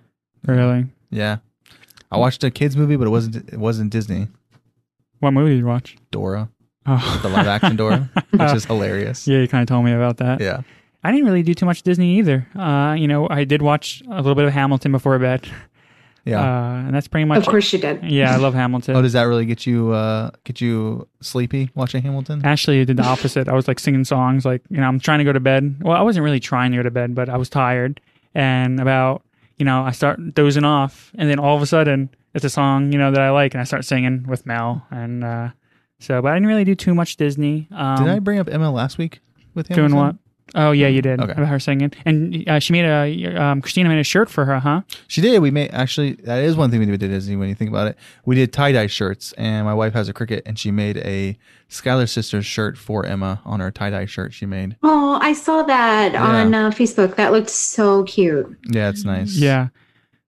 S3: Really?
S4: Yeah, I watched a kids movie, but it wasn't it wasn't Disney.
S3: What movie did you watch?
S4: Dora,
S3: Oh.
S4: the live
S3: *laughs*
S4: action Dora, which is hilarious.
S3: yeah, you kind of told me about that.
S4: Yeah.
S3: I didn't really do too much Disney either. Uh, you know, I did watch a little bit of Hamilton before bed,
S4: Yeah.
S3: uh, and that's pretty much.
S5: Of course you did.
S3: Yeah, I love Hamilton.
S4: oh, does that really get you uh get you sleepy watching Hamilton?
S3: Actually, I did the opposite. I was like singing songs, like, you know, I'm trying to go to bed. Well, I wasn't really trying to go to bed, but I was tired. And about, you know, I start dozing off. And then all of a sudden, it's a song, you know, that I like. And I start singing with Mel. And uh, so, but I didn't really do too much Disney. Um,
S4: Did I bring up Emma last week with Hamilton?
S3: Doing what? Oh, yeah, you did.
S4: Okay.
S3: About her singing. And uh, she made a, um, Christina made a shirt for her, huh?
S4: She did. We made actually that is one thing we did at Disney when you think about it. We did tie dye shirts, and my wife has a cricket, and she made a Skylar sisters shirt for Emma on her tie dye shirt she made.
S5: Oh, I saw that
S4: Yeah.
S5: on uh, Facebook. That looked so cute.
S4: Yeah, it's nice.
S3: Yeah.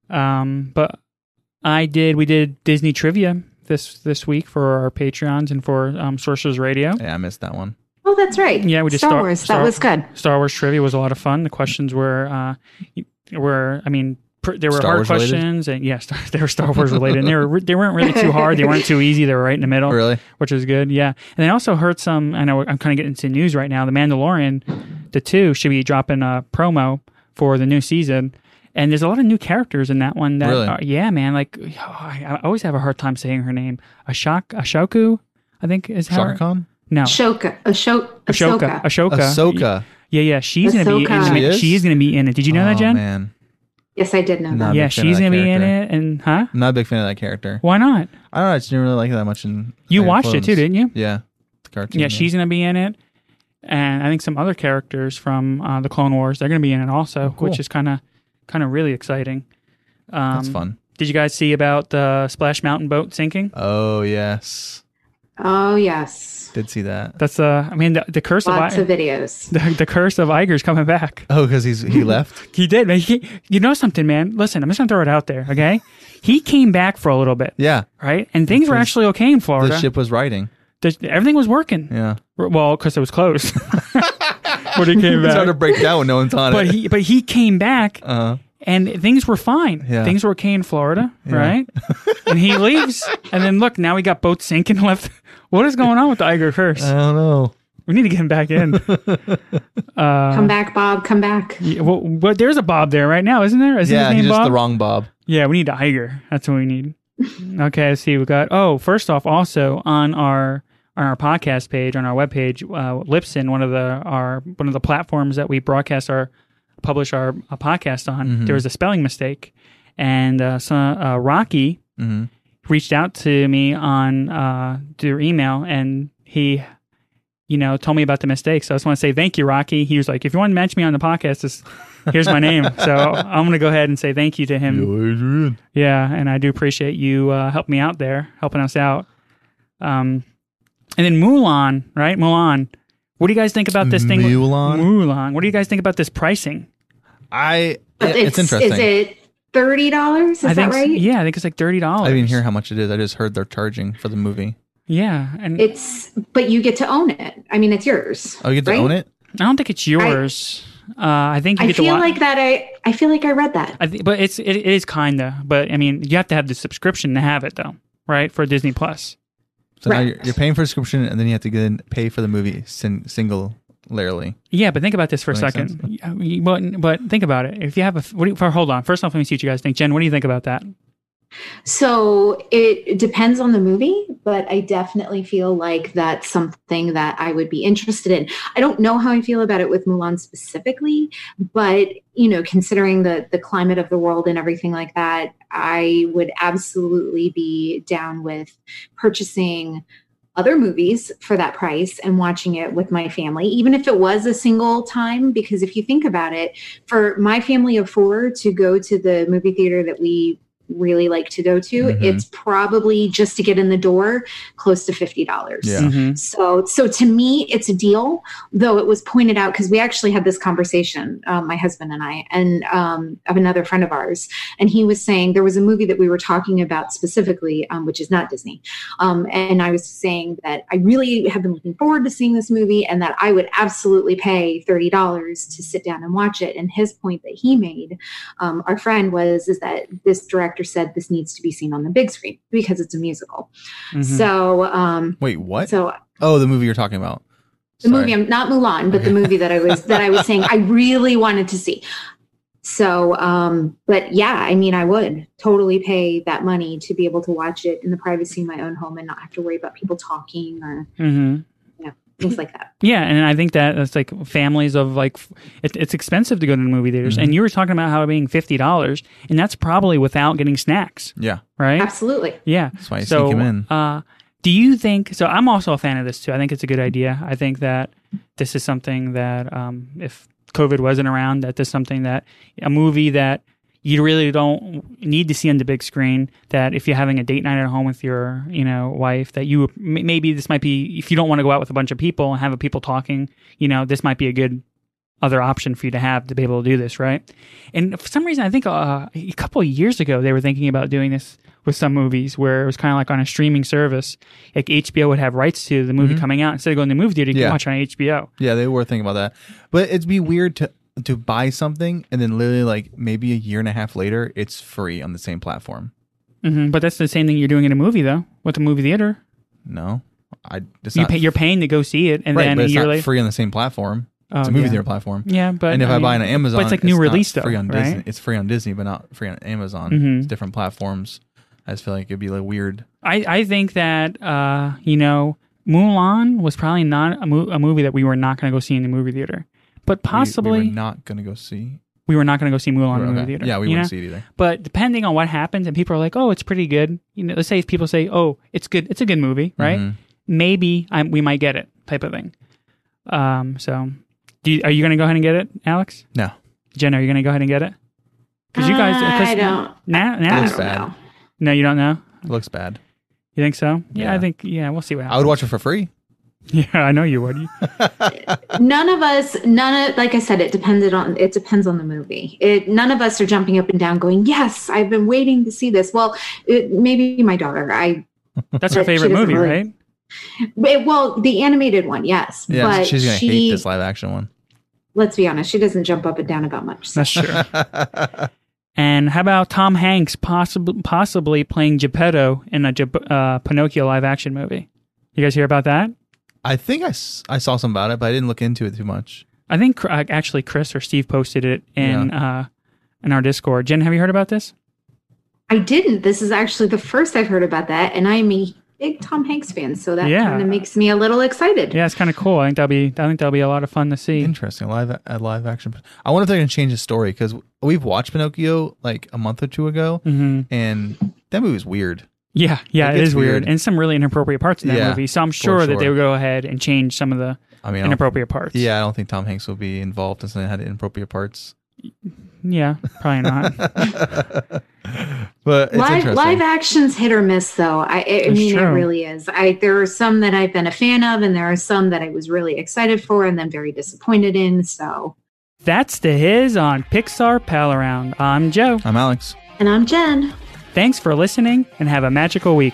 S3: Um, but I did, we did Disney trivia this this week for our Patreons and for um, Sorcerers Radio.
S4: yeah, I missed that one.
S5: Oh, that's right.
S3: Yeah, we just
S5: Star
S3: start-
S5: Wars.
S3: start-
S5: that was good.
S3: Star Wars trivia was a lot of fun. The questions were uh, y- were I mean pr- there were
S4: Star
S3: hard
S4: Wars related?
S3: questions and yes, *laughs* yeah, Star- they were Star Wars related. and they were they weren't really too hard. They weren't too easy. They were right in the middle,
S4: Oh, Really?
S3: which is good. Yeah, and I also heard some. I know I'm kind of getting into news right now. The Mandalorian, the two should be dropping a promo for the new season. And there's a lot of new characters in that one. That
S4: Really?
S3: are- yeah, man. Like I I always have a hard time saying her name. Ashok Ashoku, I think is how.
S4: Shaka Khan?
S3: No.
S5: Ashoka. Ashoka.
S3: Ashoka.
S5: Ahsoka.
S3: Ashoka.
S4: Ahsoka.
S3: Yeah, yeah, she's gonna be in
S5: Ahsoka.
S3: it.
S4: She is?
S3: She's gonna be in it. Did you know that,
S4: Oh,
S3: Jen?
S4: Man,
S5: Yes, I did know
S4: No.
S5: that.
S4: I'm a
S3: Yeah,
S4: big fan of
S3: she's
S4: that
S3: gonna be in
S4: character.
S3: it. And huh?
S4: I'm not a big fan of that character.
S3: Why not?
S4: I don't know. I just didn't really like it that much. In
S3: You
S4: Attack of
S3: watched it
S4: Clones.
S3: too, didn't you?
S4: Yeah, the cartoon.
S3: Yeah, she's gonna be in it, and I think some other characters from uh, the Clone Wars they're gonna be in it also,
S4: Oh, cool.
S3: which is kind of kind of really exciting. Um,
S4: that's fun.
S3: Did you guys see about the Splash Mountain boat sinking?
S4: Oh yes,
S5: Oh, yes.
S4: did see that.
S3: That's uh, I mean the, the curse of,
S5: Lots
S3: I-
S5: of
S3: *laughs*
S5: videos.
S3: the, the curse of Iger's coming back.
S4: Oh, because he's he left. *laughs*
S3: He did, man. He, you know something, man. Listen, I'm just gonna throw it out there,
S4: *laughs*
S3: okay? he came back for a little bit,
S4: Yeah,
S3: right? And things were
S4: Because
S3: actually okay in Florida.
S4: the ship was riding.
S3: There's- everything was working.
S4: Yeah,
S3: R- Well, because it was
S4: *laughs*
S3: closed. *laughs* when he came
S4: it's hard to
S3: back.
S4: break down when no one's on
S3: Uh, But
S4: it. *laughs*
S3: he, but he came back
S4: uh,
S3: and things were fine.
S4: Yeah.
S3: Things were okay in Florida,
S4: *laughs*
S3: right? and he leaves. And then look, now we got boats sinking *laughs* left. What is going on with the Iger curse?
S4: I don't know.
S3: we need to get him back
S4: *laughs*
S3: in. Uh,
S5: come back, Bob. Come back.
S3: yeah, well, well, there's a Bob there right now, isn't there? Isn't
S4: yeah,
S3: his
S4: he's
S3: name
S4: just
S3: Bob?
S4: the wrong Bob.
S3: Yeah, we need a Iger. That's what we need. okay, let's see. We got oh, first off, also on our on our podcast page, on our webpage, uh, Lipson, one of the our one of the platforms that we broadcast our publish our uh, podcast on, there was a spelling mistake, and uh, so, uh, Rocky
S4: hmm
S3: reached out to me on uh, through email, and he. You know, told me about the mistake. So I just want to say thank you, Rocky. He was like, if you want to match me on the podcast, just, here's my name. So I'm going to go ahead and say thank you to him.
S4: Adrian.
S3: Yeah, and I do appreciate you uh, helping me out there, helping us out. Um, and then Mulan, right? Mulan. What do you guys think about this thing?
S4: Mulan?
S3: Mulan. What do you guys think about this pricing?
S4: I.
S5: But
S4: yeah, it's, interesting.
S5: Is it thirty dollars? Is
S3: I think
S5: that right?
S3: yeah, I think it's like thirty dollars.
S4: I didn't hear how much it is. I just heard they're charging for the movie.
S3: Yeah, and
S5: It's but you get to own it. I mean, it's yours.
S4: Oh, you get to
S5: right?
S4: own it.
S3: I don't think it's yours. uh, I think you
S5: I
S3: get to
S5: feel
S3: wa-
S5: like that. I I feel like I read that.
S3: I th- but it's it, it is kinda. But I mean, you have to have the subscription to have it though, right? For Disney Plus.
S4: So now
S5: Right.
S4: you're, you're paying for a subscription, and then you have to get in, pay for the movie sin- singularly.
S3: Yeah, but think about this for a
S4: That makes
S3: second. Yeah, y- But but think about it. If you have a, f- what do you, for, hold on. First off, let me see what you guys think. Jen, what do you think about that?
S5: So it depends on the movie, but I definitely feel like that's something that I would be interested in. I don't know how I feel about it with Mulan specifically, but you know, considering the the climate of the world and everything like that, I would absolutely be down with purchasing other movies for that price and watching it with my family, even if it was a single time. Because if you think about it, for my family of four to go to the movie theater that we really like to go to,
S4: Mhm.
S5: it's probably just to get in the door close to fifty dollars.
S4: Yeah.
S3: Mhm.
S5: So, so to me, it's a deal. Though it was pointed out because we actually had this conversation, um, my husband and I, and um, of another friend of ours, and he was saying there was a movie that we were talking about specifically, um, which is not Disney, um, and I was saying that I really have been looking forward to seeing this movie, and that I would absolutely pay thirty dollars to sit down and watch it. And his point that he made, um, our friend, was is that this director said this needs to be seen on the big screen because it's a musical.
S3: Mhm.
S5: So, um,
S4: Wait, what?
S5: so
S4: oh, the movie you're talking about.
S5: the
S4: Sorry.
S5: movie I'm not Mulan, but
S4: Okay.
S5: the movie that I was that I was saying
S4: *laughs*
S5: I really wanted to see. So, um, but yeah, I mean, I would totally pay that money to be able to watch it in the privacy of my own home and not have to worry about people talking or
S3: Mhm.
S5: things like that.
S3: Yeah, and I think that that's like families of like f- it, it's expensive to go to the movie theaters, and you were talking about how it being fifty dollars, and that's probably without getting snacks,
S4: Yeah,
S3: right?
S5: Absolutely.
S3: Yeah.
S4: that's why I
S3: so,
S4: sneak him in.
S3: Uh, do you think? So I'm also a fan of this too. I think it's a good idea. I think that this is something that um, if COVID wasn't around, that this is something that a movie that you really don't need to see on the big screen. That if you're having a date night at home with your you know wife, that you m- maybe this might be if you don't want to go out with a bunch of people and have people talking, you know, this might be a good other option for you to have to be able to do this, right? And for some reason, I think uh, a couple of years ago they were thinking about doing this with some movies where it was kind of like on a streaming service, like HBO would have rights to the movie
S4: Mhm.
S3: coming out instead of going to the movie theater, you
S4: Yeah.
S3: can watch it on HBO.
S4: Yeah, they were thinking about that. But it'd be weird to to buy something and then literally like maybe a year and a half later, it's free on the same platform.
S3: hmm But that's the same thing you're doing in a movie though with the movie theater.
S4: No, I it's
S3: You
S4: not
S3: pay, you're paying to go see it, and
S4: right,
S3: then
S4: but
S3: a
S4: it's
S3: year
S4: not
S3: later,
S4: free on the same platform. it's
S3: Oh,
S4: a movie
S3: yeah.
S4: theater platform.
S3: Yeah, but
S4: and if I, buy it on
S3: mean,
S4: Amazon,
S3: but it's like new
S4: not
S3: release though,
S4: free on
S3: right?
S4: Disney. It's free on Disney, but not free on Amazon.
S3: Mhm.
S4: It's different platforms. I just feel like it'd be like weird.
S3: I, I think that uh, you know Mulan was probably not a, mo- a movie that we were not going to go see in the movie theater, but
S4: We- we,
S3: possibly we,
S4: were not gonna go see.
S3: were not going to go see Mulan in the movie
S4: Okay.
S3: theater.
S4: Yeah, we
S3: you
S4: wouldn't
S3: know?
S4: see it either.
S3: But depending on what happens, and people are like, "Oh, it's pretty good," you know, let's say if people say, "Oh, it's good, it's a good movie," right?
S4: Mhm.
S3: Maybe i we might get it, type of thing. Um, so, do you, are you going to go ahead and get it, Alex?
S4: No,
S3: Jenna, are you going to go ahead and get it? Because you guys,
S5: Uh,
S3: uh,
S5: I
S3: because
S5: don't.
S3: now,
S4: it
S3: now,
S4: looks
S5: don't
S4: bad.
S5: know.
S3: no, you don't know.
S4: It looks bad.
S3: You think so? Yeah,
S4: Yeah.
S3: I think. Yeah, we'll see what
S4: I
S3: happens.
S4: would watch it for free.
S3: *laughs* yeah, I know you
S4: *laughs*
S3: would. You-
S5: None of us, none of, like I said, it depended on, it depends on the movie. It, none of us are jumping up and down going, yes, I've been waiting to see this. Well, it, maybe my daughter, I,
S3: That's her
S5: But she
S3: favorite
S5: doesn't
S3: movie,
S5: really-
S3: right?
S5: it- well, the animated one, yes.
S4: Yeah,
S5: but
S4: she's gonna
S5: she,
S4: hate this live action one.
S5: let's be honest, she doesn't jump up and down about much. So.
S3: That's
S4: *laughs*
S3: true. and how about Tom Hanks possibly possibly playing Geppetto in a Gep- uh, Pinocchio live action movie? You guys hear about that?
S4: I think I, s- I saw some about it, but I didn't look into it too much.
S3: I think Cr- uh, actually Chris or Steve posted it in uh, in our Discord. Jen, have you heard about this?
S5: I didn't. This is actually the first I've heard about that, and I'm a big Tom Hanks fan, so that
S3: Yeah.
S5: kind of makes me a little excited.
S3: Yeah, it's kind of cool. I think that'll be I think that'll be a lot of fun to see.
S4: Interesting, live a live action. I wonder if they're gonna change the story because we've watched Pinocchio like a month or two ago,
S3: hmm
S5: Mm-hmm.
S4: and that movie was weird.
S3: Yeah, yeah,
S4: It
S3: it
S4: gets
S3: is weird.
S4: weird.
S3: and some really inappropriate parts in that
S4: Yeah,
S3: movie. So I'm sure, that they
S4: sure.
S3: would go ahead and change some of the
S4: I mean, I don't-
S3: inappropriate parts.
S4: yeah, I don't think Tom Hanks will be involved in something that had inappropriate parts.
S3: yeah, probably not.
S4: *laughs* But it's
S5: live
S4: interesting.
S5: live action's hit or miss, though. I, I, I
S3: That's
S5: mean, it
S3: true.
S5: really is. I there are some that I've been a fan of, and there are some that I was really excited for, and then very disappointed in. So,
S3: That's the his on Pixar Pal Around. I'm Joe.
S4: I'm Alex.
S5: and I'm Jen.
S3: Thanks for listening and have a magical week.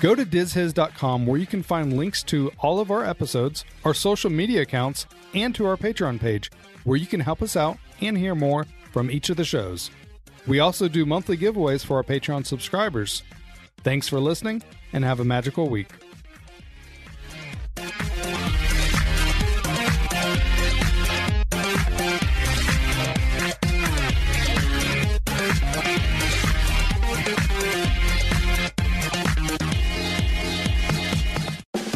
S6: Go to dizhiz.com where you can find links to all of our episodes, our social media accounts, and to our Patreon page, where you can help us out and hear more from each of the shows. We also do monthly giveaways for our Patreon subscribers. Thanks for listening and have a magical week.